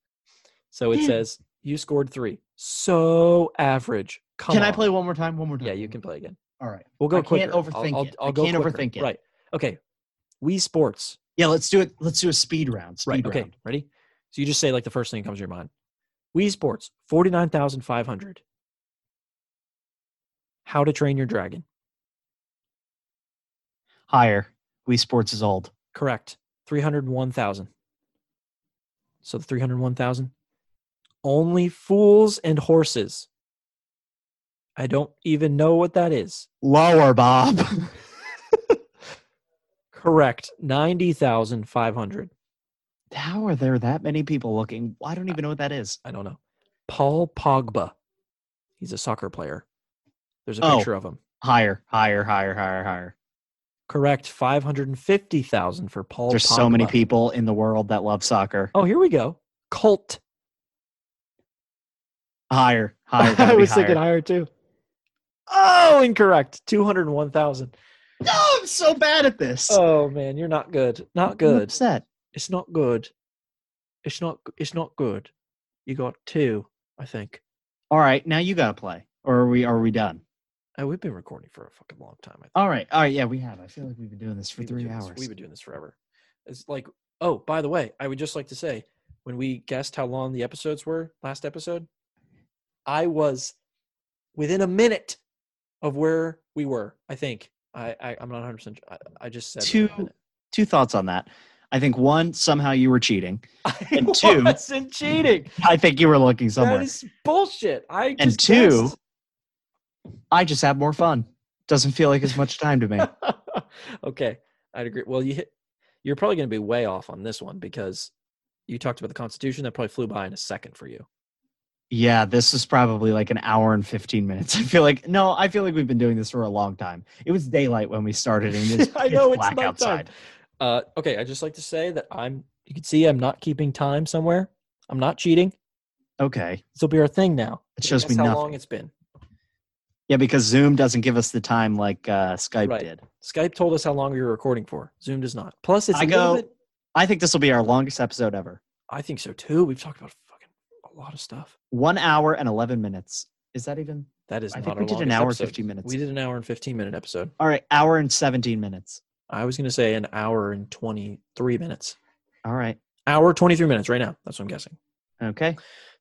So it says you scored three. So average. Come can I on. play one more time? One more time. Yeah, you can play again. All right. We'll go I can't quicker. I'll- overthink I'll, it. I'll I go can't quicker. overthink it. Right. Okay. Wii Sports. Yeah, let's do it. Let's do a speed round. Speed Right. round. Okay. Ready? So you just say like the first thing that comes to your mind. Wii Sports, 49,500. How to Train Your Dragon. Higher. Wii Sports is old. Correct. 301,000. So the 301,000. Only Fools and Horses. I don't even know what that is. Lower, Bob. *laughs* Correct. 90,500. How are there that many people looking? I don't even know what that is. I don't know. Paul Pogba. He's a soccer player. There's a Oh. picture of him. Higher, higher, higher, higher, higher. Correct. 550,000 for Paul There's so many Pogba. people in the world that love soccer. Oh, here we go. Cult. Higher, *laughs* higher. I gotta be was thinking higher. higher too. Oh, incorrect. 201,000. No, I'm so bad at this. Oh man, you're not good. Not I'm good. upset. It's not good. It's not it's not good. You got 2, I think. All right, now you gotta play, or are we are we done? Oh, we've been recording for a fucking long time. I think. All right, all right. Yeah, we have. I feel like we've been doing this for We've been three doing this- hours. we've been doing this forever. It's like, oh, by the way, I would just like to say when we guessed how long the episodes were last episode, I was within a minute of where we were. I think I, I I'm not 100. percent I, I just said within a Two- minute. Two thoughts on that. I think one, somehow you were cheating. I *laughs* *laughs* and two- wasn't cheating. I think you were looking *laughs* somewhere. That is bullshit. I just And two- guessed. I just have more fun. Doesn't feel like as much time *laughs* to me. okay, I'd agree. Well, you hit, you're probably going to be way off on this one because you talked about the Constitution. That probably flew by in a second for you. Yeah, this is probably like an hour and 15 minutes. I feel like, no, I feel like we've been doing this for a long time. It was daylight when we started, and it's, *laughs* I know it's black nighttime. outside. Uh, okay, I just like to say that I'm. You can see I'm not keeping time somewhere. I'm not cheating. Okay. This will be our thing now. It shows Guess me how nothing. long it's been. Yeah, because Zoom doesn't give us the time like uh, Skype Right. did. Skype told us how long we were recording for. Zoom does not. Plus, it's I a little go- bit. I think this will be our longest episode ever. I think so too. We've talked about fucking a lot of stuff. One hour and 11 minutes. Is that even? That is I not think our we did an longest hour and episode. 15 minutes. We did an hour and fifteen minute episode. All right, hour and 17 minutes. I was going to say an hour and twenty three minutes. All right. Hour twenty three minutes right now. That's what I'm guessing. Okay.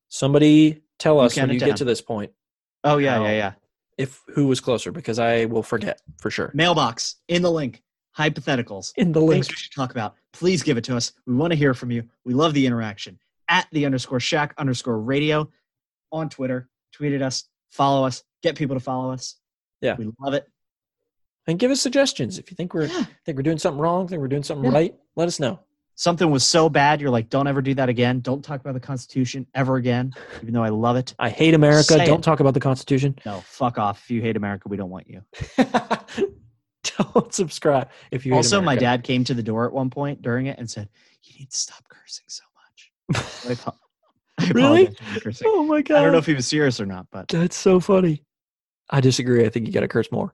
Somebody tell You us when count it you down. get to this point Oh, yeah, How- yeah, yeah. if who was closer because I will forget for sure. Mailbox in the link. Hypotheticals. In the things links. we should talk about, please give it to us. We want to hear from you. We love the interaction at the underscore shack underscore radio on Twitter. Tweet at us, follow us, get people to follow us. Yeah. We love it. and give us suggestions if you think we're Yeah. think we're doing something wrong, think we're doing something Yeah. right. Let us know. Something was so bad, you're like, don't ever do that again. Don't talk about the Constitution ever again, even though I love it. I hate America. Say Don't it. talk about the *laughs* Constitution. No, fuck off. If you hate America, we don't want you. Don't subscribe if you. hate also, my America. dad came to the door at one point during it and said, you need to stop cursing so much. So I apo- I Really? apologize for the cursing. Oh my god! I don't know if he was serious or not, but that's so funny. I disagree. I think you got to curse more.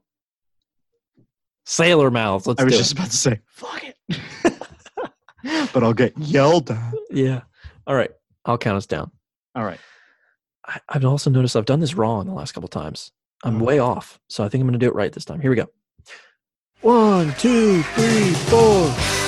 Sailor mouth. Let's I was do just about to say, fuck it. *laughs* but I'll get yelled at. it. Yeah. All right. I'll count us down. All right. I, I've also noticed I've done this wrong the last couple times. I'm Oh. way off, so I think I'm going to do it right this time. Here we go. One, two, three, four.